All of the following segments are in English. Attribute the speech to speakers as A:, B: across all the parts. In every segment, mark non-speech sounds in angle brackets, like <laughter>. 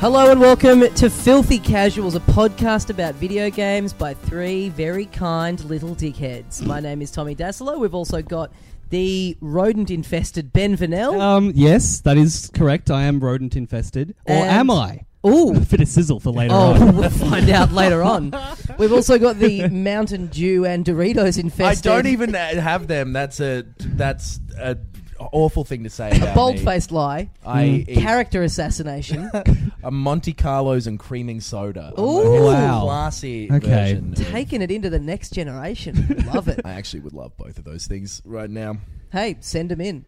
A: Hello and welcome to Filthy Casuals, a podcast about video games by three very kind little dickheads. My name is Tommy Dasilo. We've also got the rodent infested Ben Vanel.
B: Um, yes, that is correct. I am rodent infested. Or
A: And-
B: am I?
C: Oh.
A: Ooh.
B: Fit a sizzle for later
A: Oh, <laughs>
B: on. <laughs>
A: we'll find out later on. We've also got the Mountain Dew and Doritos
C: I
A: infested. <laughs>
C: don't even uh, have them. That's a that's a awful thing to say. About
A: Bold
C: me.
A: faced lie.
C: I eat
A: Character
C: <laughs>
A: assassination.
C: a Monte Carlos and creaming soda. I'm a
A: Ooh.
B: Wow.
C: classy
B: Okay.
C: version. <laughs>
A: Taking it into the next generation. Love it.
C: I actually would love both of those things right now. <laughs>
A: Hey, send them in.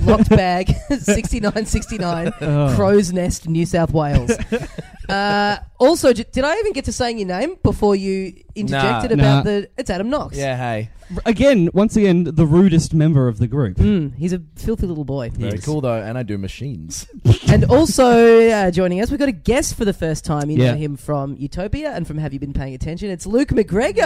A: Locked bag, <laughs> 6969, Crow's Nest, New South Wales. Uh, also, j- did I even get to saying your name before you interjected
B: Nah.
A: about
B: Nah.
A: the. It's Adam Knox.
C: Yeah, hey,
B: again, once again, the rudest member of the group.
A: Mm, he's a filthy little boy.
C: very
B: Yes.
C: cool though, and I do machines. <laughs>
A: And also uh, joining us, we've got a guest for the first time. You
B: Yeah.
A: know him from Utopia and from Have You Been Paying Attention? It's Luke McGregor.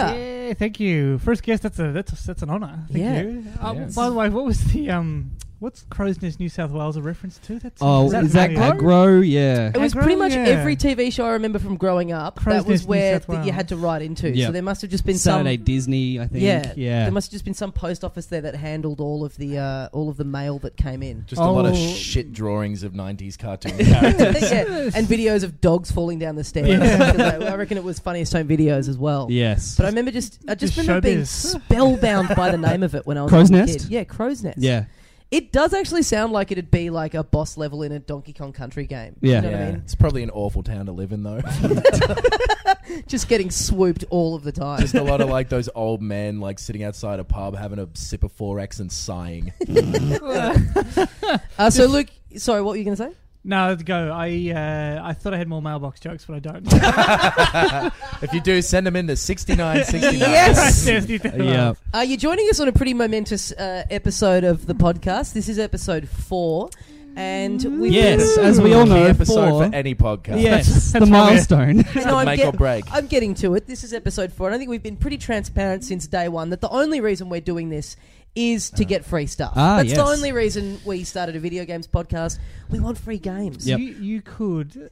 D: Yeah, thank you. First guest, that's a that's, that's an honour. Thank
A: Yeah.
D: you. Uh,
C: Yes.
D: By the way, what was the um, what's Crow's Nest New South Wales a reference to? That's
B: Oh, is
D: that's
B: that
D: familiar.
B: aggro? Yeah.
A: It was
D: Aggro,
A: pretty much
D: yeah.
A: every TV show I remember from growing up.
D: Crow's
A: that was
D: Nest, New
A: where
D: South
A: that you
D: Wales.
A: had to write into.
B: Yeah.
A: So there must have just been some
B: Saturday Disney, I think.
A: Yeah,
B: Yeah.
A: There must have just been some post office there that handled all of the uh, all of the mail that came
B: <laughs>
A: in.
C: Just a lot of
D: Oh.
C: shit drawings of '90s cartoon characters.
A: Yeah, and videos of dogs falling down the stairs. <laughs>
D: Yeah.
A: 'Cause I, I reckon it was funniest home videos as well.
B: yes.
A: But I remember just I just,
D: Just
A: remember being
D: showbiz.
B: <laughs>
A: spellbound by the name of it when I was
B: Crow's
A: a little
B: Nest?
A: kid. Yeah, crow's nest.
B: yeah.
A: <laughs> it does actually sound like it'd be like a boss level in a Donkey Kong Country game.
B: Yeah.
A: you know what I
C: Yeah.
A: mean.
C: It's probably an awful town to live in though. <laughs>
A: Just getting swooped all of the time.
B: <laughs>
C: Just a lot of like those old men like sitting outside a pub having a sip of Forex and sighing.
A: Uh, so Luke, sorry, what were you going to say?
D: No, let's go. I uh, I thought I had more mailbox jokes, but I
B: <laughs>
D: don't.
C: if you do, send them in to 6969.
A: <laughs>
D: <laughs>
A: Yes.
D: Crow's Nest,
B: Yeah.
A: Uh, you're joining us on a pretty momentous uh, episode of the podcast. This is episode four, and we've
B: Yes,
A: been-
B: as we all
C: Key
B: know,
C: episode
B: four.
C: for any podcast.
B: Yes, the
D: that's why we're-
B: milestone. <laughs>
A: No, I'm
C: make
A: get-
C: or break.
A: I'm getting to it. This is episode four, and I think we've been pretty transparent since day one that the only reason we're doing this is to get free stuff.
B: Ah,
A: That's the
B: yes.
A: only reason we started a video games podcast. We want free games.
B: Yep.
D: You you could.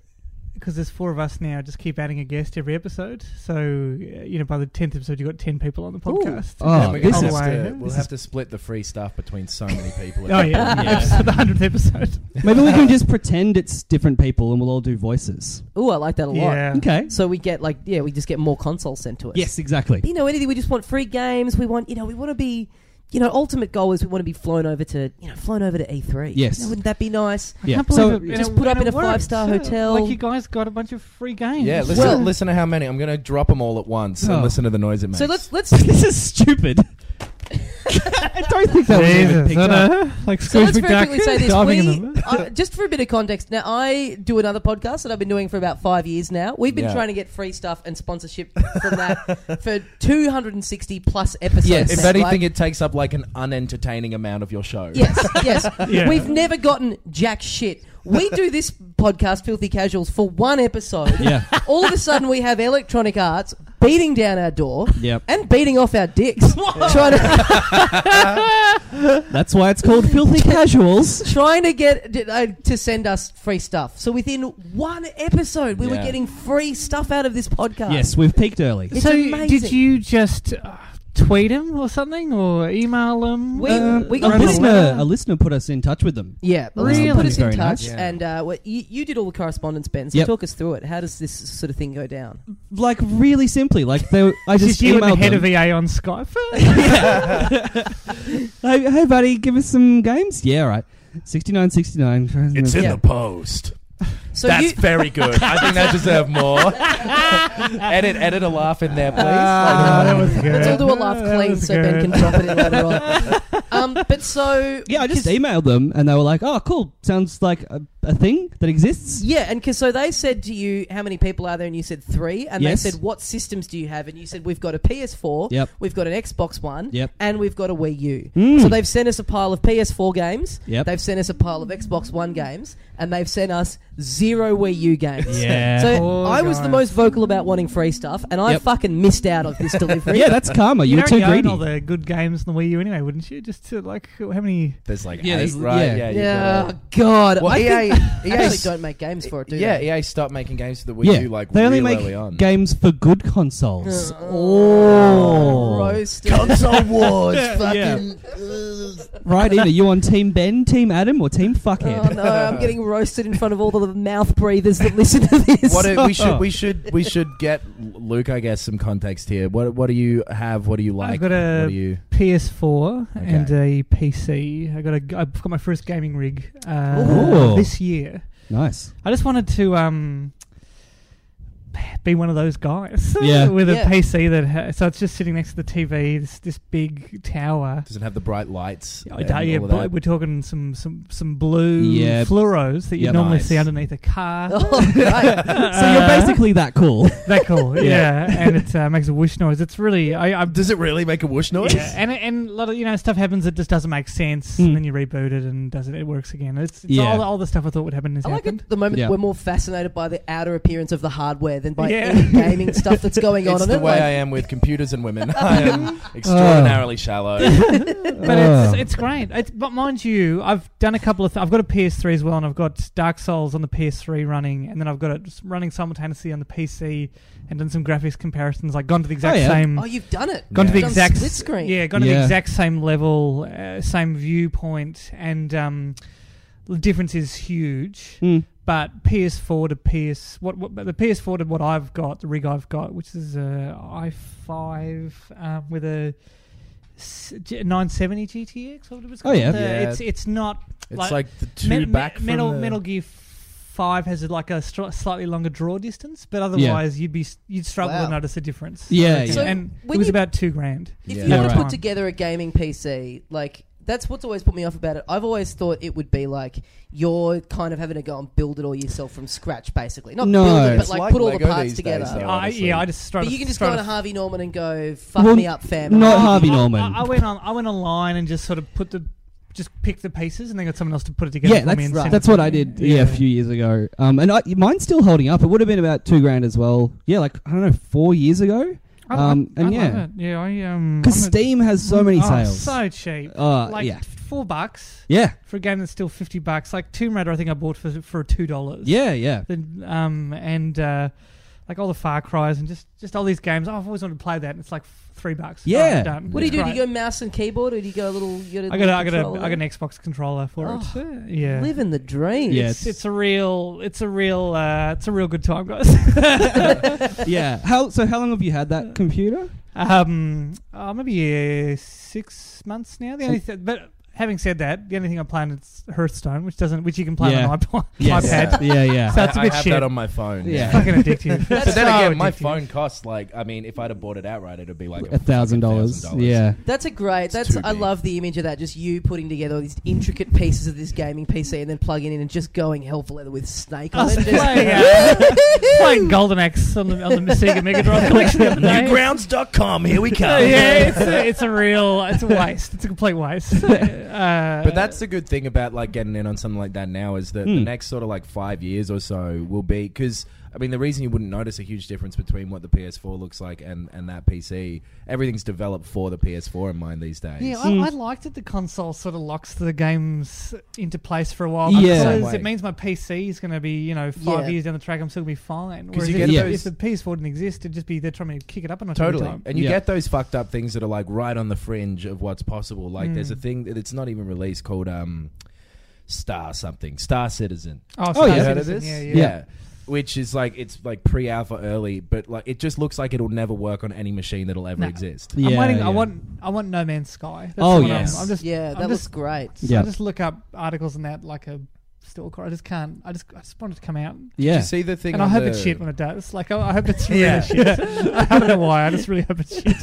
D: Because there's four of us now, just keep adding a guest every episode. So, uh, you know, by the 10th episode, you've got 10 people on the podcast.
B: Oh,
C: And we're gonna
B: this
C: have
B: is-
C: to-
D: Oh,
C: we'll have to split the free stuff between so many people. <laughs>
D: Oh, yeah.
B: Yeah.
D: the 100th episode.
B: Maybe we can just pretend it's different people and we'll all do voices.
A: Ooh, I like that a lot.
D: Yeah.
B: Okay.
A: Uh, So we get like yeah, we just get more consoles sent to us.
B: Yes, exactly.
A: you know anything we just want free games we want you know we want to be you know ultimate goal is we want to be flown over to you know flown over to e3
B: Yes.
A: You know, wouldn't that be nice
B: Yeah.
D: Can't
B: So
D: believe it. And
A: just
D: it-
A: put up in
D: and it
A: a five-star
D: worked.
A: hotel.
D: Like you guys got a bunch of free games.
C: Yeah, listen,
A: Well-
C: listen to how many. I'm going to drop them all at once
B: Oh.
C: and listen to the noise it makes.
A: so let's let's
B: <laughs> <laughs> this is stupid. I don't think that was even picked up.
D: Like
A: so
D: Scrooge
A: let's very quickly say this
D: diving in
A: we,
D: them.
A: uh, just for a bit of context now i do another podcast that i've been doing for about five years now we've been
C: Yeah.
A: trying to get free stuff and sponsorship from that for 260 plus episodes
C: yes. If
A: now,
C: anything,
A: right?
C: it takes up like an unentertaining amount of your show.
A: Yes, yes.
D: Yeah.
A: We've never gotten jack shit. We do this podcast, Filthy Casuals, for one episode.
B: Yeah.
A: All of a sudden, we have Electronic Arts beating down our door
B: Yep.
A: and beating off our dicks, trying to
B: That's why it's called Filthy Casuals.
A: trying to get uh, to send us free stuff. So within one episode, we were
C: Yeah.
A: getting free stuff out of this podcast.
B: Yes, we've peaked early.
A: It's
D: so
A: amazing.
D: did you just uh, tweet him or something or email him?
A: We- we
B: a
A: got
D: wrote
B: listener,
D: letter?
B: a listener put us in touch with them.
A: Yeah, well, this will
D: Really?
A: put us in
B: Very
A: touch,
B: nice.
C: Yeah.
A: and uh, well, you, you did all the correspondence, Ben. So
B: Yep.
A: talk us through it. How does this sort of thing go down?
B: Like really simply, like they, I
D: Just,
B: just
D: you and the
B: emailed
D: head
B: them.
D: of EA on <laughs> Skype.
B: hey, hey, buddy, give us some games. Yeah, all right. Sixty nine, sixty nine.
A: in Yeah. the
C: post.
A: So
C: That's
A: you,
C: very good. I think they deserve more. <laughs> edit, edit a laugh in there, please.
D: Ah, that was good.
A: let's all do a laugh
D: That
A: clean
D: was
A: so Ben can
D: good.
A: drop it in later on. Um, but so
B: <laughs> Yeah, I just
A: 'cause-
B: emailed them and they were like, oh, cool. Sounds like a, a thing that exists.
A: Yeah, and 'cause- so they said to you, how many people are there? And you said three. And
B: Yes.
A: they said, what systems do you have? And you said, we've got a PS4,
B: Yep.
A: we've got an Xbox One,
B: Yep.
A: and we've got a Wii U.
B: Mm.
A: So they've sent us a pile of PS4 games,
B: Yep.
A: they've sent us a pile of Xbox One games, and they've sent us zero Wii U games.
B: Yeah.
A: So
D: Poor
A: I was the
D: guys.
A: most vocal about wanting free stuff, and I
B: Yep.
A: fucking missed out
B: <laughs>
A: on this delivery.
B: yeah, that's karma. You,
D: You'd
B: were too
D: already own
B: greedy.
D: all the good games in the Wii U anyway, wouldn't you? Just to like, how many?
C: There's like
B: Yeah,
C: eight,
B: there's-
C: right?
B: yeah.
C: Yeah, you've
A: yeah,
C: got
A: oh, God.
C: Well, E
A: I
C: EA
A: think they
C: EA
A: actually
C: s-
A: don't make games for it, do
C: yeah, E
A: they?
C: EA stopped making games for the Wii
B: Yeah,
C: U like
B: they only
C: real
B: make
C: early on.
B: games for good consoles.
A: Oh, roasted.
C: <laughs> Console wars,
B: fucking- right, in. Are you on Team Ben, Team Adam, or Team Fuckhead?
A: Oh no, I'm getting
C: <laughs>
A: roasted in front of all the mouth breathers that listen to this. <laughs>
C: <laughs> What do- we should we should we should get Luke, I guess, some context here. What what do you have? What do you like?
D: got a-
C: what do you?
D: PS4
C: Okay.
D: and a PC. I got a. I've got my first gaming rig uh,
B: Ooh.
D: this year.
B: Nice.
D: I just wanted to um, be one of those guys. <laughs>
B: Yeah.
D: with
A: Yeah.
D: a PC that ha- so it's just sitting next to the TV. This this big tower.
C: Does it have the bright lights?
D: I
C: and
D: tell you,
C: all of
D: but
C: that?
D: we're talking some some some blue
B: Yeah.
D: fluoros that you
B: Yeah,
D: normally
C: nice.
D: see underneath a car. <laughs> Uh,
A: Oh, <laughs>
C: <laughs>
A: right.
B: So you're basically that cool.
D: that cool, yeah. And it uh, makes a whoosh noise. It's really I, I'm
C: Does it really make a whoosh noise?
D: Yeah, and and a lot of you know stuff happens that just doesn't make sense,
B: Hmm.
D: and then you reboot it and doesn't it works again. It's, it's
B: Yeah.
D: all, all the stuff I thought would happen has
A: I like
D: happened.
A: at the moment
B: Yeah.
A: we're more fascinated by the outer appearance of the hardware than by
D: Yeah.
A: any gaming stuff
C: <laughs>
A: that's going on
C: It's
A: in
C: the
A: it.
C: way
A: Like,
C: I am with computers and women. I am extraordinarily shallow.
D: But it's it's great. It's, but mind you, I've done a couple of. Th- I've got a PS3 as well, and I've got Dark Souls on the PS3 running, and then I've got it just running simultaneously on the PC, and done some graphics comparisons. Like gone to the exact
B: Oh, yeah.
D: same.
A: oh, you've done it.
D: Gone to the
A: Done
D: exact
A: split screen.
D: Yeah, gone to
B: Yeah.
D: the exact same level, uh, same viewpoint, and um, the difference is huge.
B: Hmm.
D: but PS4 to PS what, what but the PS4 to what I've got the rig I've got which is a i5 um, with a s- G- 970 GTX or whatever it's
B: Oh,
D: called.
B: yeah.
D: The-
C: Yeah.
D: it's it's not
C: It's
D: like,
C: like, the two
D: Me- Me-
C: back from
D: Metal
C: the-
D: Metal Gear 5 has a, like a str- slightly longer draw distance but otherwise you'd be s- you'd struggle
A: Wow.
D: to notice a difference.
B: Yeah,
D: Okay.
B: yeah. So
D: and
A: when
D: it was
A: you-
D: about 2 grand.
A: If
C: Yeah.
A: you
B: Yeah,
A: want
B: right.
A: to put together a gaming PC, like that's what's always put me off about it. I've always thought it would be like you're kind of having to go and build it all yourself from scratch, basically. Not
B: No.
A: build it, but
C: It's
A: like,
C: like
A: put all
C: Lego
A: the parts
C: these days,
A: together.
C: though.
D: I,
C: honestly.
D: yeah, I just strugg-
A: but you can just
D: strugg-
A: go on Harvey Norman and go, "Fuck
B: Well,
A: me up, fam."
B: not
A: Fuck me
B: Harvey
A: up.
B: Norman.
D: I, I went on. I went online and just sort of put the, just picked the pieces, and then got someone else to put it together.
B: yeah,
D: for me
B: that's
D: and
A: right.
D: send it
B: that's
D: to
B: what
D: me.
B: I did. Yeah, a few years ago. Um, and I, mine's still holding up. It would have been about two grand as well. Yeah, like I don't know, four years ago.
D: I love-
B: Um, and
D: I
B: yeah.
D: love it. yeah, I um,
B: Because
D: I'm a-
B: Steam has so many
D: Oh,
B: sales.
D: <laughs> so cheap.
B: Uh,
D: like
B: yeah.
D: four bucks
B: yeah,
D: for a game that's still fifty bucks. Like Tomb Raider, I think I bought for for two dollars.
B: yeah, yeah.
D: Then um and uh, like all the Far Cries and just just all these games. Oh, I've always wanted to play that. and It's like f- three bucks.
B: Yeah.
D: Alright, done.
A: What do you do?
D: Great.
A: Do you go mouse and keyboard, or do you go a little? You
D: I got a, I got
A: little
D: a, I got an Xbox controller for it.
A: controller?
D: Yeah.
A: Living the dream.
B: Yeah,
D: It's, it's a real, it's a real, uh, it's a real good time, guys. <laughs>
B: yeah. How so? How long have you had that computer?
D: um, uh, maybe uh, six months now. The only th- but having said that, the only thing I play is Hearthstone, which doesn't, which you can play
B: Yeah.
D: on an iPod, iPad.
B: Yes. <laughs> Yeah, yeah.
D: So it's a
C: I,
D: bit
C: I have
D: shit.
C: that on my phone.
B: Yeah.
D: <laughs> Fucking addictive.
C: But then
D: so
C: again, my
D: addictive.
C: phone costs like I mean, if I'd have bought it outright, it'd be like
B: A thousand dollars. Yeah.
C: <laughs>
A: That's a great. That's
C: too
A: I
C: big.
A: love the image of that. Just you putting together all these intricate pieces of this gaming PC and then plugging in and just going hell for leather with Snake
D: I
A: on
D: was
A: it. Just-
D: playing, uh,
A: <laughs>
D: <laughs> playing Golden Axe on the, on the Sega Mega Drive collection. the other day.
C: Newgrounds.com, here we
D: So,
C: <laughs> come.
D: <laughs> yeah, it's a, it's a real, it's a waste. It's a complete waste. Uh,
C: But that's the good thing about like getting in on something like that now is that the
B: Hmm.
C: next sort of like five years or so will be because I mean the reason you wouldn't notice a huge difference between what the PS4 looks like and and that PC everything's developed for the PS4 in mind these days.
D: Yeah, I, I liked that the console sort of locks the games into place for a while.
B: Yeah.
D: Because
C: Way.
D: it means my PC is going to be, you know, five
A: Yeah.
D: years down the track, I'm still going to be fine.
C: 'Cause
D: Whereas
C: you
D: if,
C: get
D: the-
C: those-
D: if the PS4 didn't exist, it'd just be they're trying to kick it up a notch every
C: Totally,
D: time.
C: and you
B: Yeah.
C: get those fucked up things that are like right on the fringe of what's possible. Like there's
B: Hmm.
C: a thing that it's not even released called um, Star something, Star Citizen.
B: Oh,
D: Star
B: yeah.
C: You heard of
D: Citizen,
C: this?
D: Yeah, yeah.
B: Yeah.
C: Which is like it's like pre-alpha early, but like it just looks like it'll never work on any machine that'll ever
D: No.
C: exist.
B: Yeah.
D: I'm waiting.
B: yeah.
D: I want. I want No Man's Sky. That's
B: Oh,
D: the one I'm-
B: yes.
D: I'm, just.
A: yeah,
D: I'm
A: that
D: just-
A: looks great.
B: Yeah.
D: I just look up articles on that like a still cry. I just can't. I just I just want it to come out.
B: Yeah.
C: You see the thing,
D: And I
C: on
D: hope
C: the,
D: it's shit when it does. Like I, I hope it's really
A: Yeah.
D: shit. <laughs> I don't know why. I just really hope it's shit.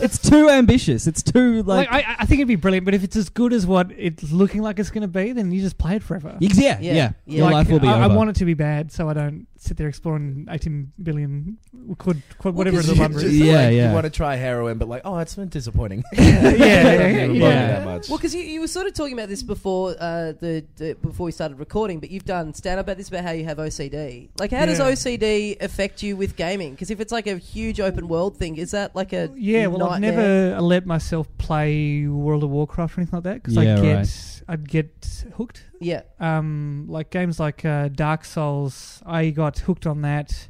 B: it's too ambitious. It's too like.
D: Like, I, I think it'd be brilliant, but if it's as good as what it's looking like it's going to be, then you just play it forever.
B: yeah,
A: Yeah.
B: yeah,
A: Yeah.
B: Your
D: Like,
B: life will be
D: I, I
B: over.
D: want it to be bad, so I don't sit there exploring 18 billion quid, quid whatever
C: Well, 'cause
D: the
C: you <laughs>
D: number
C: just,
D: is.
B: Yeah,
C: like,
B: yeah.
C: You want to try heroin, but like, oh, it's been disappointing.
D: <laughs>
C: <laughs>
D: yeah, yeah, yeah.
C: Never bothered
D: yeah.
C: that much.
A: Well, because you, you were sort of talking about this before uh, the, the before we started recording, but you've done stand up about this about how you have OCD. Like, how does
D: Yeah.
A: OCD affect you with gaming? Because if it's like a huge open world thing, is that like a
D: Yeah, well, I've
A: nightmare?
D: never let myself play World of Warcraft or anything like that because
B: Yeah,
D: I get
B: right.
D: I'd get hooked.
A: yeah
D: Um, like games like uh, Dark Souls, I got hooked on that,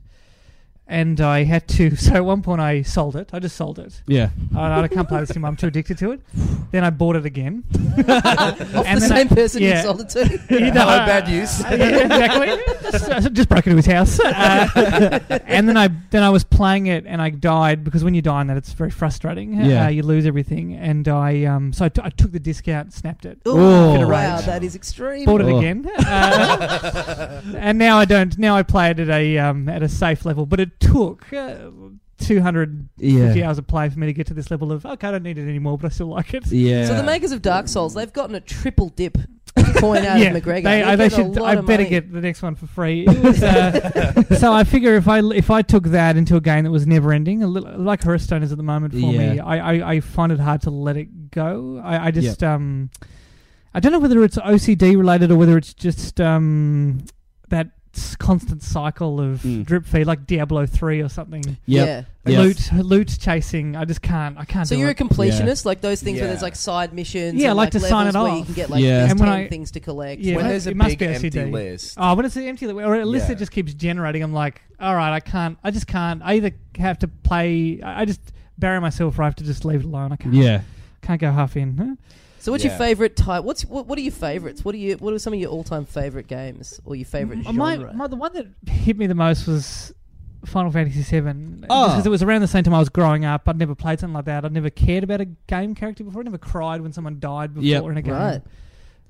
D: and I had to. <laughs> So at one point, I sold it. I just sold it.
B: yeah,
D: Oh, I, I can't play this anymore. I'm too addicted <sighs> to it. Then I bought it <laughs> again.
A: off
D: And
A: the
D: then
A: same
D: I-
A: person you
D: <laughs> yeah.
A: sold it to.
C: Hello, bad news.
D: Uh, yeah, exactly. So- so just broke into his house, <laughs> uh, and then I then I was playing it, and I died because when you die in that, it's very frustrating.
B: Yeah.
D: uh, you lose everything, and I um so I, t- I took the disc out, and snapped it,
A: Ooh,
B: Oh.
D: Bit of
A: wow,
D: rage.
A: that is extreme.
D: bought it
B: Oh.
D: again, uh, <laughs> and now I don't. Now I play it at a um at a safe level, but it took. Uh, 250
B: yeah,
D: hours of play for me to get to this level of okay, I don't need it anymore, but I still like it.
B: yeah.
A: So the makers of Dark Souls, they've gotten a triple dip coin out of McGregor.
D: They,
A: They're
D: I, they
A: getting a
D: should,
A: lot
D: I
A: of
D: better
A: money.
D: get the next one for free. It was, uh, <laughs> so I figure if I if I took that into a game that was never ending, a little, like Hearthstone is at the moment for me,
B: Yeah.
D: I, I, I find it hard to let it go. I, I just um, I don't know whether it's OCD related or whether it's just um that s- constant cycle of
B: Mm.
D: drip feed, like Diablo three or something.
B: Yep.
A: Yeah.
B: Yes.
D: Loot loot chasing. I just can't. I can't.
A: So
D: do
A: you're a
D: it.
A: completionist, like those things where
C: Yeah.
A: there's like side missions.
D: Yeah,
A: and,
D: like to sign
A: levels
D: it
A: where you
D: off.
A: can get like
B: Yeah.
A: these
D: And
A: ten
D: when I-
A: things to collect.
D: Yeah,
C: when
D: it
C: there's a
D: must
C: big
D: be
C: empty
D: OCD.
C: list,
D: Oh, when it's the empty or a list
C: Yeah.
D: that just keeps generating, I'm like, all right, I can't. I just can't. I either have to play. I I just bury myself, or I have to just leave it alone. I can't.
B: yeah.
D: Can't go half in. Huh?
A: So what's your
C: Yeah.
A: favorite type? What's what, what are your favorites? What are you? What are some of your all-time favorite games or your favorite genre?
D: My, my, the one that hit me the most was Final Fantasy VII.
B: Oh.
D: Because it was around the same time I was growing up. I'd never played something like that. I'd never cared about a game character before. I never cried when someone died before
B: Yep.
D: in a game.
A: Right.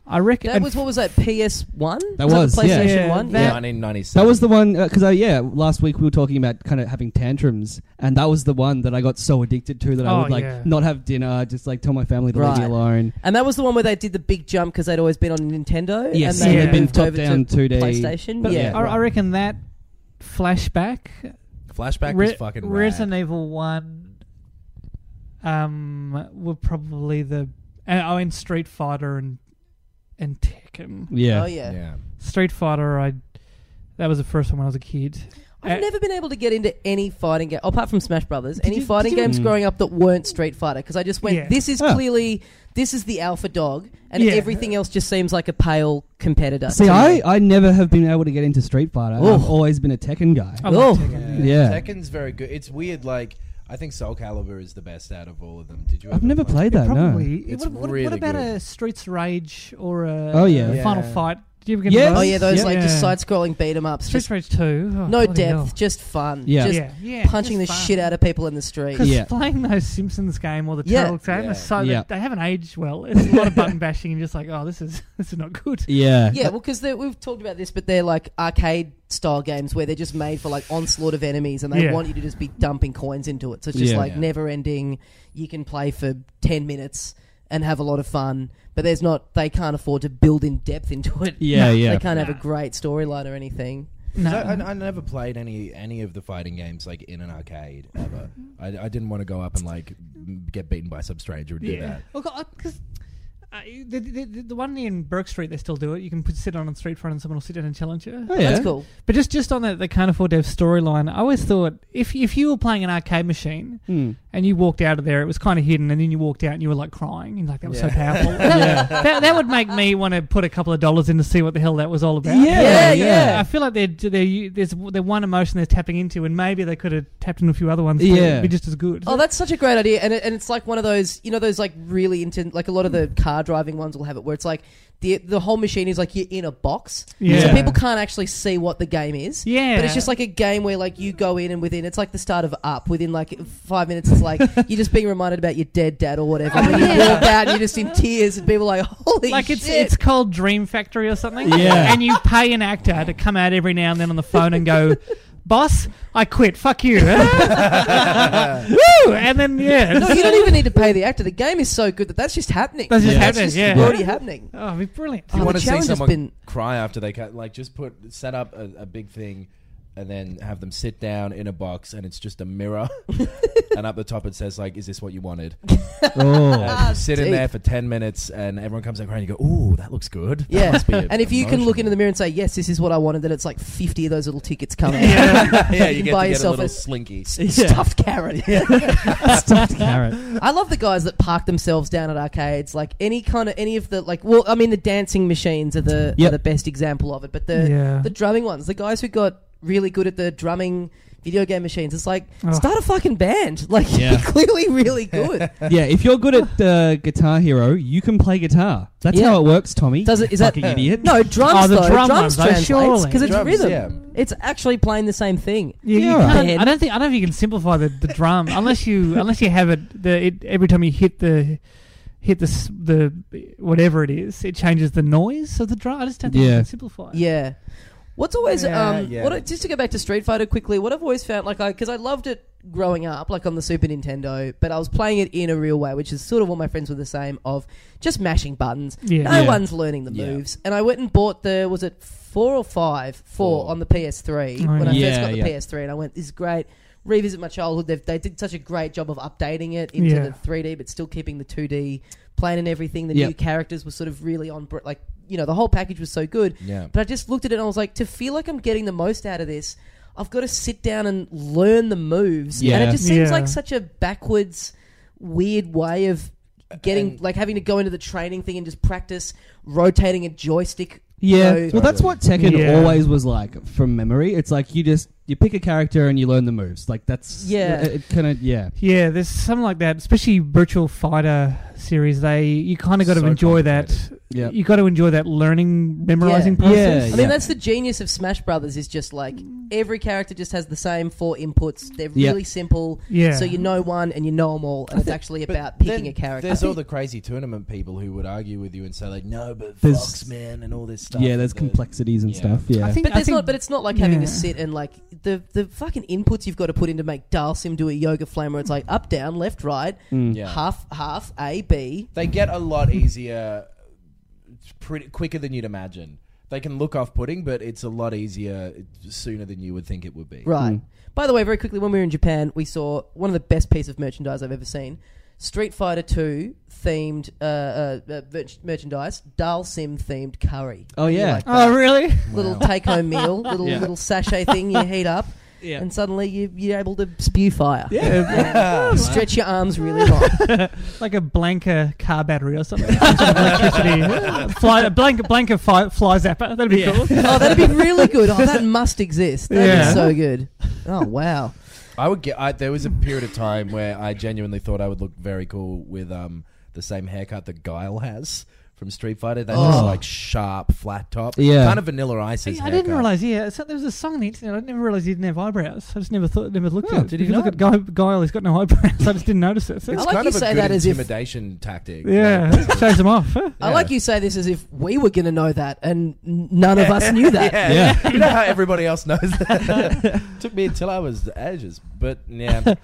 D: I reckon.
A: that
D: and
A: was what was that? PS One.
B: That was,
A: that
B: yeah.
A: PlayStation
D: Yeah,
A: One.
D: that-
A: yeah.
C: 1997.
B: That was the one because uh, yeah, last week we were talking about kind of having tantrums, and that was the one that I got so addicted to that I
D: Oh,
B: would like
D: yeah.
B: not have dinner, just like tell my family to leave me
A: Right.
B: alone.
A: And that was the one where they did the big jump because they'd always been on Nintendo.
B: Yes,
A: and
B: and
A: they
D: they've been
A: moved
B: top
A: over
B: down
A: to
B: 2D.
A: PlayStation.
D: but
A: yeah,
D: I, I reckon that flashback
C: flashback
D: Re-
C: was fucking rad.
D: Resident Evil One. Um, were probably the and oh, and Street Fighter and and Tekken.
B: Yeah,
A: Oh yeah.
C: Yeah.
D: Street Fighter, I that was the first one when I was a kid.
A: I've
D: Uh,
A: never been able to get into any fighting game apart from Smash Brothers.
D: Did
A: any
D: you-
A: fighting
D: did you-
A: games
B: Mm.
A: growing up that weren't Street Fighter because I just went,
D: Yeah.
A: this is
B: Oh.
A: clearly this is the alpha dog, and
D: Yeah.
A: everything else just seems like a pale competitor.
B: See,
A: to me.
B: I, I never have been able to get into Street Fighter. and I've
A: Oof.
B: always been a Tekken guy.
D: I love
A: Oh.
D: Tekken.
B: Yeah.
C: Tekken's very good. It's weird. Like I think Soul Calibur is the best out of all of them. Did you?
B: I've
C: ever
B: never
C: play-
B: played that.
D: It
B: No.
D: Oh, Probably. it-
C: It's
D: what, what- what
C: really
D: about
C: good.
D: a Streets Rage or a
B: Oh, yeah.
D: a Final
C: Yeah.
D: Fight? Do you ever get
B: Yes.
D: those?
A: oh yeah, those
B: Yeah.
A: like just
D: Yeah.
A: side-scrolling beat 'em ups,
D: Streets
A: just
D: Rage Two. Oh,
A: no
D: bloody
A: depth,
D: hell.
A: just fun,
B: Yeah.
A: just
D: yeah, yeah,
A: punching the
D: just fun.
A: shit out of people in the street.
D: Because
B: Yeah.
D: playing those Simpsons game or the
A: Yeah.
D: Turtles game,
C: Yeah.
D: Is so
B: Yeah.
D: they, they haven't aged well. It's a lot of button bashing and just like, oh, this is <laughs> this is not good.
B: Yeah. Uh,
A: Yeah, well, because we've talked about this, but they're like arcade style games where they're just made for like onslaught of enemies, and they
D: Yeah.
A: want you to just be dumping coins into it. So it's just
B: Yeah.
A: like
C: Yeah.
A: never ending. You can play for ten minutes and have a lot of fun, but there's not. They can't afford to build in depth into it.
B: Yeah, yeah.
A: They can't have a great storyline or anything.
D: No,
C: I, I, I never played any any of the fighting games like in an arcade ever.
A: Mm.
C: I, I didn't want to go up and like m- get beaten by some stranger and do
D: yeah.
C: that.
D: Because uh, the, the, the, the one in Burke Street, they still do it. You can put, sit on the street front and someone will sit down and challenge you.
B: Oh, yeah.
A: That's
B: <laughs>
A: cool.
D: But just just on that, they can't afford to have storyline. I always thought if if you were playing an arcade machine
B: Hmm.
D: and you walked out of there, it was kind of hidden, and then you walked out and you were like crying, and like that was so powerful.
B: <laughs>
D: that, that would make me want to put a couple of dollars in to see what the hell that was all about.
B: Yeah,
A: Yeah, yeah. yeah.
D: I feel like they're they're u- there's they're one emotion they're tapping into, and maybe they could have tapped into a few other ones. that
B: Yeah.
D: would be just as good.
A: Oh, that's such a great idea, and it, and it's like one of those, you know, those like really intense, like a lot of the car driving ones will have it, where it's like the the whole machine is like you're in a box, so
D: Yeah.
A: people can't actually see what the game is.
D: Yeah.
A: but it's just like a game where like you go in and within it's like the start of Up. Within like five minutes, it's
D: <laughs>
A: like you're just being reminded about your dead dad or whatever. When you
D: yeah.
A: walk out, and you're just in tears, and people are like, "Holy
D: like it's
A: shit!"
D: it's called Dream Factory or something.
B: Yeah.
D: And you pay an actor to come out every now and then on the phone and go, "Boss, I quit. Fuck you." <laughs> Woo! And then yeah,
A: no, you don't even need to pay the actor. The game is so good that that's just happening.
D: That's just
B: Yeah.
D: happening.
A: It's
D: yeah.
A: already happening.
D: Oh, it'd be brilliant.
C: If you
A: Oh,
C: want
A: the
C: to see
A: challenge has
C: someone
A: been-
C: cry after they cut, like just put set up a, a big thing, and then have them sit down in a box, and it's just a
A: <laughs>
C: mirror, and up the top it says like, "Is this what you wanted?"
B: Oh.
C: And you sit in
A: deep.
C: there for ten minutes, and everyone comes out crying. You go, "Ooh, that looks good." That
A: Yeah,
C: must be a-
A: and if you can look into
C: emotional."
A: the mirror and say, "Yes, this is what I wanted," then it's like fifty of those little tickets coming.
C: <laughs> yeah,
A: you
C: you get
A: buy
C: to get a
A: yourself
C: little
A: a- <laughs>
C: slinky.
A: Stuffed <laughs> carrot.
B: Stuffed
D: <laughs>
B: carrot.
A: I love the guys that park themselves down at arcades. Like any kind of any of the like. Well, I mean the dancing machines are the
B: Yep.
A: are the best example of it. But the
D: Yeah.
A: the drumming ones, the guys who got really good at the drumming video game machines. It's like
D: Ugh.
A: start a fucking band. <laughs> Like
B: Yeah.
A: you're clearly really good.
B: Yeah, if you're good at uh, Guitar Hero, you can play guitar. That's
A: Yeah.
B: how it works, Tommy.
A: Does it? Is that
B: Fucking idiot.
A: No drums
D: Oh, the
A: though.
D: drum
A: drums
D: ones, though,
A: translates
D: surely.
A: because it's
C: Drums,
A: rhythm.
C: yeah.
A: It's actually playing the same thing.
D: You, you
B: Yeah, alright.
D: can't- I don't think I don't think you can simplify the, the drum unless you unless you have it, the, it every time you hit the hit the s- the whatever it is it changes the noise of the drum. I just don't think
B: Yeah.
D: you can simplify. it.
A: Yeah. What's always
C: Yeah,
A: um
C: yeah.
A: what I- just to go back to Street Fighter quickly, what I've always found like I cuz I loved it growing up like on the Super Nintendo, but I was playing it in a real way, which is sort of all my friends were the same of just mashing buttons.
D: Yeah.
A: No
B: Yeah.
A: one's learning the
C: Yeah.
A: moves. And I went and bought the was it 4 or 5 4
C: Four.
A: on the PS3
D: Oh,
A: when I
B: yeah.
A: first got the
B: Yeah, yeah.
A: PS3 and I went this is great. Revisit my childhood. They've, they did such a great job of updating it into
D: Yeah.
A: the 3D, but still keeping the 2D plan and everything. The
B: Yep.
A: new characters were sort of really on, br- like you know, the whole package was so good.
C: Yeah.
A: But I just looked at it and I was like, to feel like I'm getting the most out of this, I've got to sit down and learn the moves. And
B: Yeah.
A: it just seems
D: Yeah.
A: like such a backwards, weird way of getting,
C: And-
A: like having to go into the training thing and just practice rotating a joystick.
B: Yeah.
A: you know.
B: well, that's what Tekken
D: Yeah.
B: always was like from memory. It's like you just you pick a character and you learn the moves. Like that's
A: Yeah.
B: It, kind of yeah.
D: Yeah, there's something like that, especially Virtual Fighter series. They you kind of got to
C: So
D: enjoy that.
B: Yeah.
D: You got to enjoy that learning, memorizing
B: Yeah. Yeah,
D: process.
A: I mean, that's the genius of Smash Brothers is just like every character just has the same four inputs. They're
B: Yeah.
A: really simple.
D: Yeah.
A: So you know one and you know them all, and it's actually
C: But
A: about picking
C: then
A: a character.
C: There's all the crazy tournament people who would argue with you and say like, "No, but
B: There's-
C: Fox man and all this stuff."
B: Yeah, there's
C: The-
B: complexities and
C: yeah.
B: stuff. Yeah.
D: I think,
A: But
D: I
A: there's
D: think
A: not. But it's not like having to
D: yeah.
A: sit and like the the fucking inputs you've got to put in to make Dalsim do a yoga flame where it's like up, down, left, right,
D: Mm.
C: Yeah.
A: half, half, A, B.
C: They get a lot easier, pretty quicker than you'd imagine. They can look off-putting, but it's a lot easier sooner than you would think it would be.
A: Right.
B: Mm.
A: By the way, very quickly, when we were in Japan, we saw one of the best piece of merchandise I've ever seen: Street Fighter Two themed uh, uh, uh, mer- merchandise, Dalsim themed curry.
B: Oh,
A: You
B: yeah.
A: like that?
D: <laughs> oh really?
A: little take home meal,
B: <laughs>
A: little
B: Yeah.
A: little sachet thing you heat up,
B: Yeah.
A: and suddenly you you're able to spew fire.
C: Yeah.
A: Stretch your arms really long.
D: <laughs> like a Blanca car battery or something. <laughs> Some sort of electricity. <laughs> Fly, a Blanca, Blanca fly, fly zapper. That'd be
B: Yeah.
D: cool.
A: oh, that'd be really good. Oh,
D: <laughs>
A: that must exist. That'd be
D: Yeah.
A: so good. Oh wow.
C: I would get. I, there was a period of time where I genuinely thought I would look very cool with um the same haircut that Guile has from Street Fighter. That just
A: Oh.
C: like sharp flat top.
B: Yeah.
C: kind of Vanilla Ice.
D: I didn't realize. Yeah, so there was a song on the internet. I didn't realize he didn't have eyebrows. I just never thought, never looked
B: Oh,
D: at it.
B: did
D: if
B: he
D: you look at Guy, Guile, he's got no <laughs> eyebrows. I just didn't notice it. So,
A: I
C: It's
A: like
C: kind
A: you
C: of a
A: say
C: good
A: that as if-
C: intimidation tactic.
D: <laughs> yeah,
A: <laughs>
C: Like,
D: shows them off. huh?
A: I like you say this as if we were going to know that, and n- none of us knew
D: <laughs>
A: that.
C: Yeah.
B: Yeah.
C: <laughs> you know how everybody else
A: <laughs>
C: knows that. Took me until I was ages, but yeah,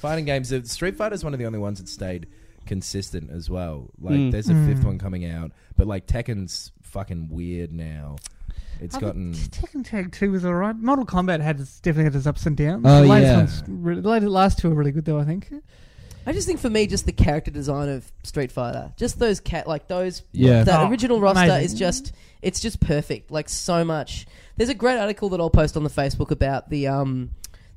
C: fighting games. uh, Street Fighter is one of the only ones that stayed consistent as well. Like,
B: Mm.
C: there's a fifth one coming out, but like Tekken's fucking weird now. It's
A: <laughs>
D: I
C: gotten.
D: think Tekken Tag Two was alright. Mortal Kombat had its, definitely had its ups and downs.
B: Oh,
D: the latest
B: yeah.
D: ones really, the latest- last two are really good though. I think.
A: I just think for me, just the character design of Street Fighter, just those cat like those
B: Yeah.
A: that
D: Oh,
A: original roster
D: amazing.
A: is just it's just perfect. Like so much. There's a great article that I'll post on the Facebook about the um